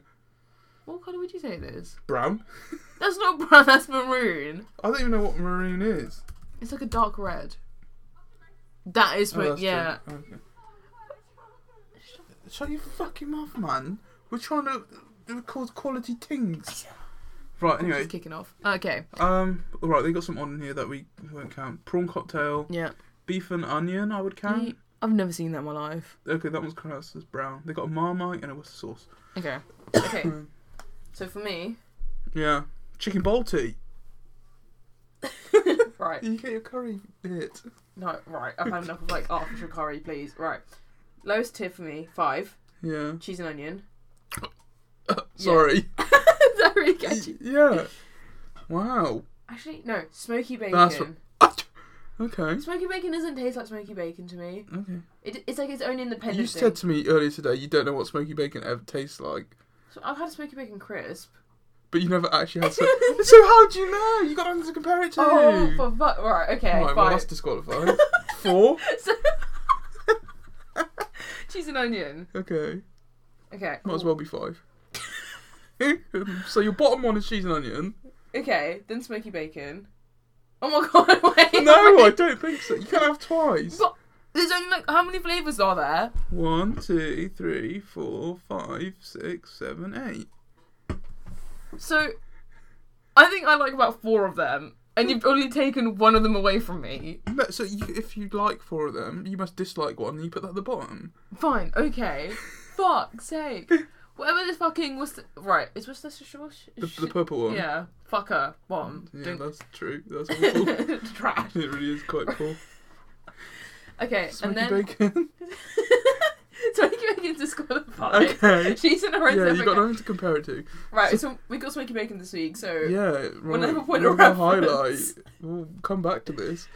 [SPEAKER 2] What colour would you say it is?
[SPEAKER 1] brown.
[SPEAKER 2] That's not brown, that's maroon.
[SPEAKER 1] I don't even know what maroon is.
[SPEAKER 2] It's like a dark red. That
[SPEAKER 1] Oh,
[SPEAKER 2] is smoke,
[SPEAKER 1] that's
[SPEAKER 2] yeah.
[SPEAKER 1] true. Okay. Shut your fucking mouth, man. We're trying to record quality things. Right,
[SPEAKER 2] Anyway.
[SPEAKER 1] anyway,
[SPEAKER 2] Just kicking off. Okay.
[SPEAKER 1] Um, all right, they got some on in here that we won't count. Prawn cocktail,
[SPEAKER 2] Yeah.
[SPEAKER 1] beef and onion, I would count.
[SPEAKER 2] Ye- I've never seen that in my life.
[SPEAKER 1] Okay, that one's classed as brown. They got a marmite and a Worcester sauce.
[SPEAKER 2] Okay. Okay. so for me.
[SPEAKER 1] Yeah, chicken balti.
[SPEAKER 2] right.
[SPEAKER 1] You get your curry bit.
[SPEAKER 2] No, right. I've had enough of like artificial curry, please. Right. Lowest tier for me, five.
[SPEAKER 1] Yeah.
[SPEAKER 2] Cheese and onion.
[SPEAKER 1] Sorry.
[SPEAKER 2] That really catchy.
[SPEAKER 1] Y- Yeah. Wow.
[SPEAKER 2] Actually, no. Smoky bacon.
[SPEAKER 1] That's Okay.
[SPEAKER 2] Smoky bacon doesn't taste like smoky bacon to me.
[SPEAKER 1] Okay.
[SPEAKER 2] It, it's like its own independent
[SPEAKER 1] You
[SPEAKER 2] thing.
[SPEAKER 1] said to me earlier today you don't know what smoky bacon ever tastes like,
[SPEAKER 2] So I've had smoky bacon crisp.
[SPEAKER 1] but you never actually had. So, so how do you know? You got nothing to compare it to.
[SPEAKER 2] Oh, for fuck! Right, okay,
[SPEAKER 1] right, well,
[SPEAKER 2] fine.
[SPEAKER 1] that's disqualified. Four.
[SPEAKER 2] Cheese and onion.
[SPEAKER 1] Okay.
[SPEAKER 2] Okay.
[SPEAKER 1] Might as well be five. so your bottom one is cheese and onion.
[SPEAKER 2] Okay, then smoky bacon. Oh my god! Wait.
[SPEAKER 1] No, I don't think so. You can't have twice.
[SPEAKER 2] But there's only like how many flavors are there?
[SPEAKER 1] One, two, three, four, five, six, seven, eight.
[SPEAKER 2] So, I think I like about four of them, and you've only taken one of them away from me.
[SPEAKER 1] No, So you, if you like four of them, you must dislike one. and You put that at the bottom.
[SPEAKER 2] Fine. Okay. Fuck's sake. Whatever this fucking was. Right. Is Worcestershire?
[SPEAKER 1] The, the purple one.
[SPEAKER 2] Yeah. Fucker. One.
[SPEAKER 1] Yeah,
[SPEAKER 2] Don't-
[SPEAKER 1] that's true. That's awful. it
[SPEAKER 2] Trash.
[SPEAKER 1] really is quite cool.
[SPEAKER 2] Okay,
[SPEAKER 1] Smoky
[SPEAKER 2] and then
[SPEAKER 1] bacon.
[SPEAKER 2] Smoky Bacon's disqualified.
[SPEAKER 1] okay.
[SPEAKER 2] She's in her own
[SPEAKER 1] Yeah, you
[SPEAKER 2] separate
[SPEAKER 1] got
[SPEAKER 2] ca-
[SPEAKER 1] nothing to compare it to.
[SPEAKER 2] Right, so we got Smoky Bacon this week, so
[SPEAKER 1] Yeah,
[SPEAKER 2] We'll never
[SPEAKER 1] right.
[SPEAKER 2] point
[SPEAKER 1] Another
[SPEAKER 2] of
[SPEAKER 1] highlight.
[SPEAKER 2] reference.
[SPEAKER 1] We'll come back to this.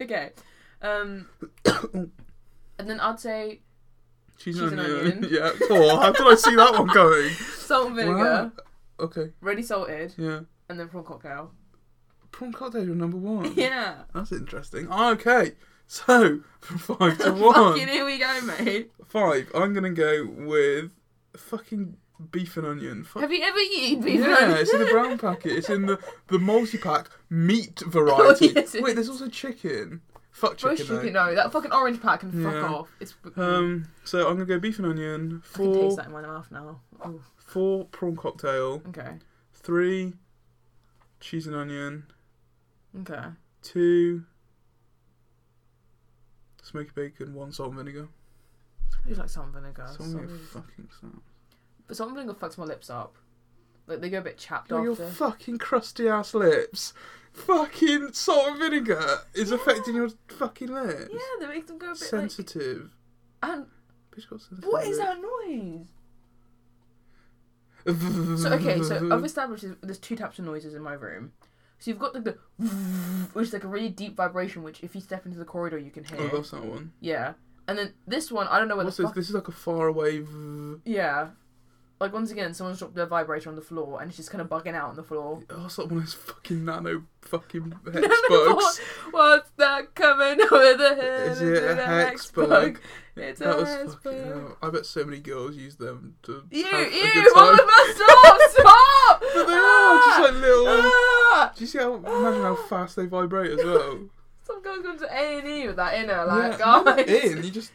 [SPEAKER 2] okay. Um and then I'd say
[SPEAKER 1] Cheese,
[SPEAKER 2] Cheese
[SPEAKER 1] and
[SPEAKER 2] and
[SPEAKER 1] onion.
[SPEAKER 2] onion.
[SPEAKER 1] yeah. Four. How did I see that one going?
[SPEAKER 2] salt and vinegar,
[SPEAKER 1] Wow. Okay.
[SPEAKER 2] ready salted,
[SPEAKER 1] Yeah.
[SPEAKER 2] and then prawn cocktail.
[SPEAKER 1] Prawn cocktail, you're number one.
[SPEAKER 2] Yeah.
[SPEAKER 1] That's interesting. Okay. So, from five to
[SPEAKER 2] Fucking
[SPEAKER 1] one.
[SPEAKER 2] here we go, mate.
[SPEAKER 1] Five. I'm going to go with fucking beef and onion. Fuck.
[SPEAKER 2] Have you ever eaten beef?
[SPEAKER 1] yeah, it's in the brown packet. It's in the, the multi pack meat variety.
[SPEAKER 2] Oh, yes, it
[SPEAKER 1] Wait, there's
[SPEAKER 2] is.
[SPEAKER 1] also chicken. Fuck chicken.
[SPEAKER 2] roast chicken?
[SPEAKER 1] though.
[SPEAKER 2] No, that fucking orange pack can fuck
[SPEAKER 1] Yeah.
[SPEAKER 2] off. It's
[SPEAKER 1] Um, so I'm gonna go beef and onion.
[SPEAKER 2] I can taste
[SPEAKER 1] Four,
[SPEAKER 2] that in my mouth now.
[SPEAKER 1] Oh.
[SPEAKER 2] Ooh,
[SPEAKER 1] four prawn cocktail.
[SPEAKER 2] okay.
[SPEAKER 1] Three, cheese and onion.
[SPEAKER 2] Okay.
[SPEAKER 1] Two, smoky bacon. One salt and vinegar.
[SPEAKER 2] I just like salt and vinegar.
[SPEAKER 1] Salt and
[SPEAKER 2] Salt-
[SPEAKER 1] fucking salt.
[SPEAKER 2] But salt and vinegar fucks my lips up. Like they go a bit chapped
[SPEAKER 1] Your
[SPEAKER 2] after.
[SPEAKER 1] fucking crusty ass lips. Fucking salt and vinegar is
[SPEAKER 2] Yeah.
[SPEAKER 1] affecting your fucking lips.
[SPEAKER 2] yeah, they make them go a bit
[SPEAKER 1] sensitive.
[SPEAKER 2] like. And
[SPEAKER 1] Bitch got sensitive.
[SPEAKER 2] what
[SPEAKER 1] lips.
[SPEAKER 2] is that noise? So okay, so I've established there's- there's two types of noises in my room. So you've got like the, which is like a really deep vibration, which if you step into the corridor you can
[SPEAKER 1] Oh,
[SPEAKER 2] hear.
[SPEAKER 1] that's that one.
[SPEAKER 2] Yeah, and then this one I don't know where
[SPEAKER 1] What's
[SPEAKER 2] the
[SPEAKER 1] this?
[SPEAKER 2] fuck.
[SPEAKER 1] This is like a faraway. v-
[SPEAKER 2] Yeah, like once again someone's dropped their vibrator on the floor and it's just kind of bugging out on the floor.
[SPEAKER 1] Oh, it's like one of those fucking nano fucking
[SPEAKER 2] No,
[SPEAKER 1] hex
[SPEAKER 2] no,
[SPEAKER 1] bugs.
[SPEAKER 2] what- Uh, What's that coming over the hill?
[SPEAKER 1] Is it a hex bug?
[SPEAKER 2] It's
[SPEAKER 1] that
[SPEAKER 2] a
[SPEAKER 1] was
[SPEAKER 2] hex
[SPEAKER 1] fucking.
[SPEAKER 2] bug.
[SPEAKER 1] hell. I bet so many girls use them to.
[SPEAKER 2] Ew,
[SPEAKER 1] have a
[SPEAKER 2] ew,
[SPEAKER 1] good
[SPEAKER 2] all of
[SPEAKER 1] time.
[SPEAKER 2] us, stop, stop!
[SPEAKER 1] But they are just like little. uh,
[SPEAKER 2] Ah!
[SPEAKER 1] Do you see how? Imagine how fast they vibrate as well.
[SPEAKER 2] Some girls going to A and E with that in her,
[SPEAKER 1] Yeah,
[SPEAKER 2] like,
[SPEAKER 1] not
[SPEAKER 2] guys.
[SPEAKER 1] in. You just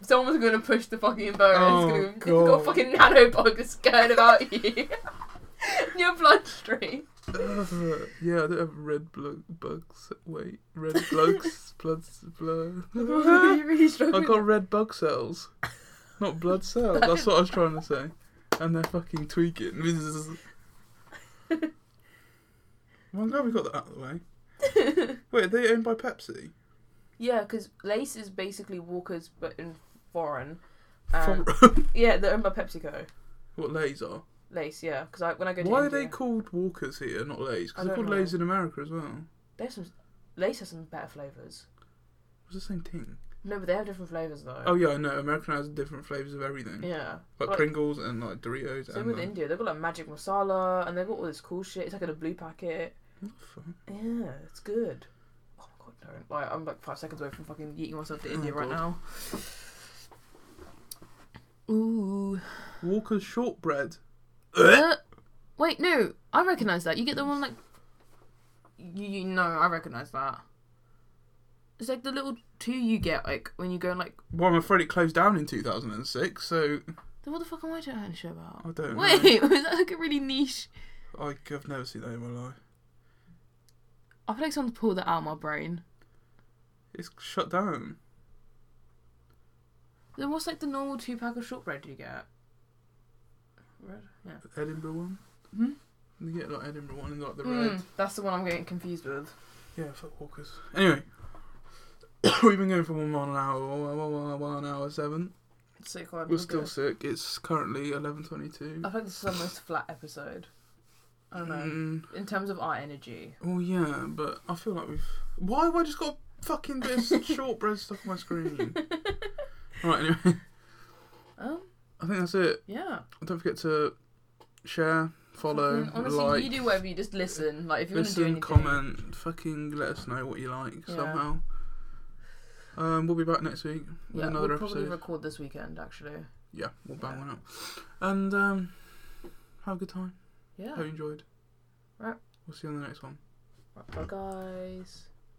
[SPEAKER 2] Someone's gonna push the fucking boat and
[SPEAKER 1] Oh,
[SPEAKER 2] it's gonna go, got
[SPEAKER 1] God.
[SPEAKER 2] a fucking nanobug that's scared about you. In your bloodstream.
[SPEAKER 1] uh, yeah. I don't have red blo- bugs. Wait, red bugs. blood. blood.
[SPEAKER 2] you really
[SPEAKER 1] I
[SPEAKER 2] struggling.
[SPEAKER 1] got red bug cells, not blood cells. That's what I was trying to say. And they're fucking tweaking. well, I'm glad we got that out of the way. Wait, are they owned by Pepsi?
[SPEAKER 2] yeah, because Lace is basically Walker's but in foreign. Um,
[SPEAKER 1] From-
[SPEAKER 2] yeah, they're owned by PepsiCo.
[SPEAKER 1] Uh, what Lay's are?
[SPEAKER 2] Lace, yeah. Because I, when I go to
[SPEAKER 1] Why are
[SPEAKER 2] India,
[SPEAKER 1] they called Walkers here, not Lay's?
[SPEAKER 2] I
[SPEAKER 1] Because they're
[SPEAKER 2] don't
[SPEAKER 1] called
[SPEAKER 2] know.
[SPEAKER 1] Lay's in America as well.
[SPEAKER 2] they have some, Lace has some better flavours.
[SPEAKER 1] It was the same thing.
[SPEAKER 2] No, but they have different flavours though.
[SPEAKER 1] Oh yeah, I know. American has different flavors of everything.
[SPEAKER 2] Yeah.
[SPEAKER 1] like,
[SPEAKER 2] Like-
[SPEAKER 1] Pringles and like Doritos.
[SPEAKER 2] Same
[SPEAKER 1] and,
[SPEAKER 2] with
[SPEAKER 1] like,
[SPEAKER 2] India. They've got like magic masala and they've got all this cool shit. It's like in a blue packet.
[SPEAKER 1] What the fuck?
[SPEAKER 2] Yeah, it's good. Oh my god, no. Like, I'm like five seconds away from fucking eating myself to
[SPEAKER 1] Oh
[SPEAKER 2] India right
[SPEAKER 1] God.
[SPEAKER 2] now. Ooh.
[SPEAKER 1] Walker's shortbread.
[SPEAKER 2] Uh, wait, no. I recognise that. You get the one like. You, you know, I recognise that. It's like the little two you get, like, when you go and, like.
[SPEAKER 1] Well, I'm afraid it closed down in 2006, so
[SPEAKER 2] Then what the fuck am I doing a show about?
[SPEAKER 1] I don't know.
[SPEAKER 2] Wait, was that like a really niche.
[SPEAKER 1] I, have never seen that in my life.
[SPEAKER 2] I feel like someone's pulled that out of my brain.
[SPEAKER 1] It's shut down.
[SPEAKER 2] Then what's like the normal two pack of shortbread you get? Red? Yeah.
[SPEAKER 1] Edinburgh one.
[SPEAKER 2] Hmm?
[SPEAKER 1] You get like Edinburgh one and like the red.
[SPEAKER 2] Mm, that's the one I'm getting confused with.
[SPEAKER 1] Yeah, fuck Walkers. Anyway, we've been going for one, one hour, one, one, one, one hour seven.
[SPEAKER 2] So God,
[SPEAKER 1] We're still sick. It's currently 11:22.
[SPEAKER 2] I think this is the most flat episode. I don't know.
[SPEAKER 1] Mm.
[SPEAKER 2] In terms of our energy.
[SPEAKER 1] Well, yeah, but I feel like we've. Why have I just got a fucking bit of shortbread stuck on my screen? right, anyway,
[SPEAKER 2] Um.
[SPEAKER 1] I think that's it.
[SPEAKER 2] Yeah.
[SPEAKER 1] Don't forget to share, follow,
[SPEAKER 2] Mm, Honestly,
[SPEAKER 1] like,
[SPEAKER 2] you do whatever. You just listen. Like if you want to do
[SPEAKER 1] listen,
[SPEAKER 2] anything.
[SPEAKER 1] comment, fucking let us know what you like
[SPEAKER 2] Yeah.
[SPEAKER 1] somehow. Um, we'll be back next week with
[SPEAKER 2] Yeah,
[SPEAKER 1] another
[SPEAKER 2] we'll probably
[SPEAKER 1] episode.
[SPEAKER 2] record this weekend actually.
[SPEAKER 1] yeah, we'll bang
[SPEAKER 2] Yeah.
[SPEAKER 1] one out. And um, have a good time.
[SPEAKER 2] Yeah.
[SPEAKER 1] Hope you enjoyed.
[SPEAKER 2] Right.
[SPEAKER 1] We'll see you on the next one.
[SPEAKER 2] Right, bye guys.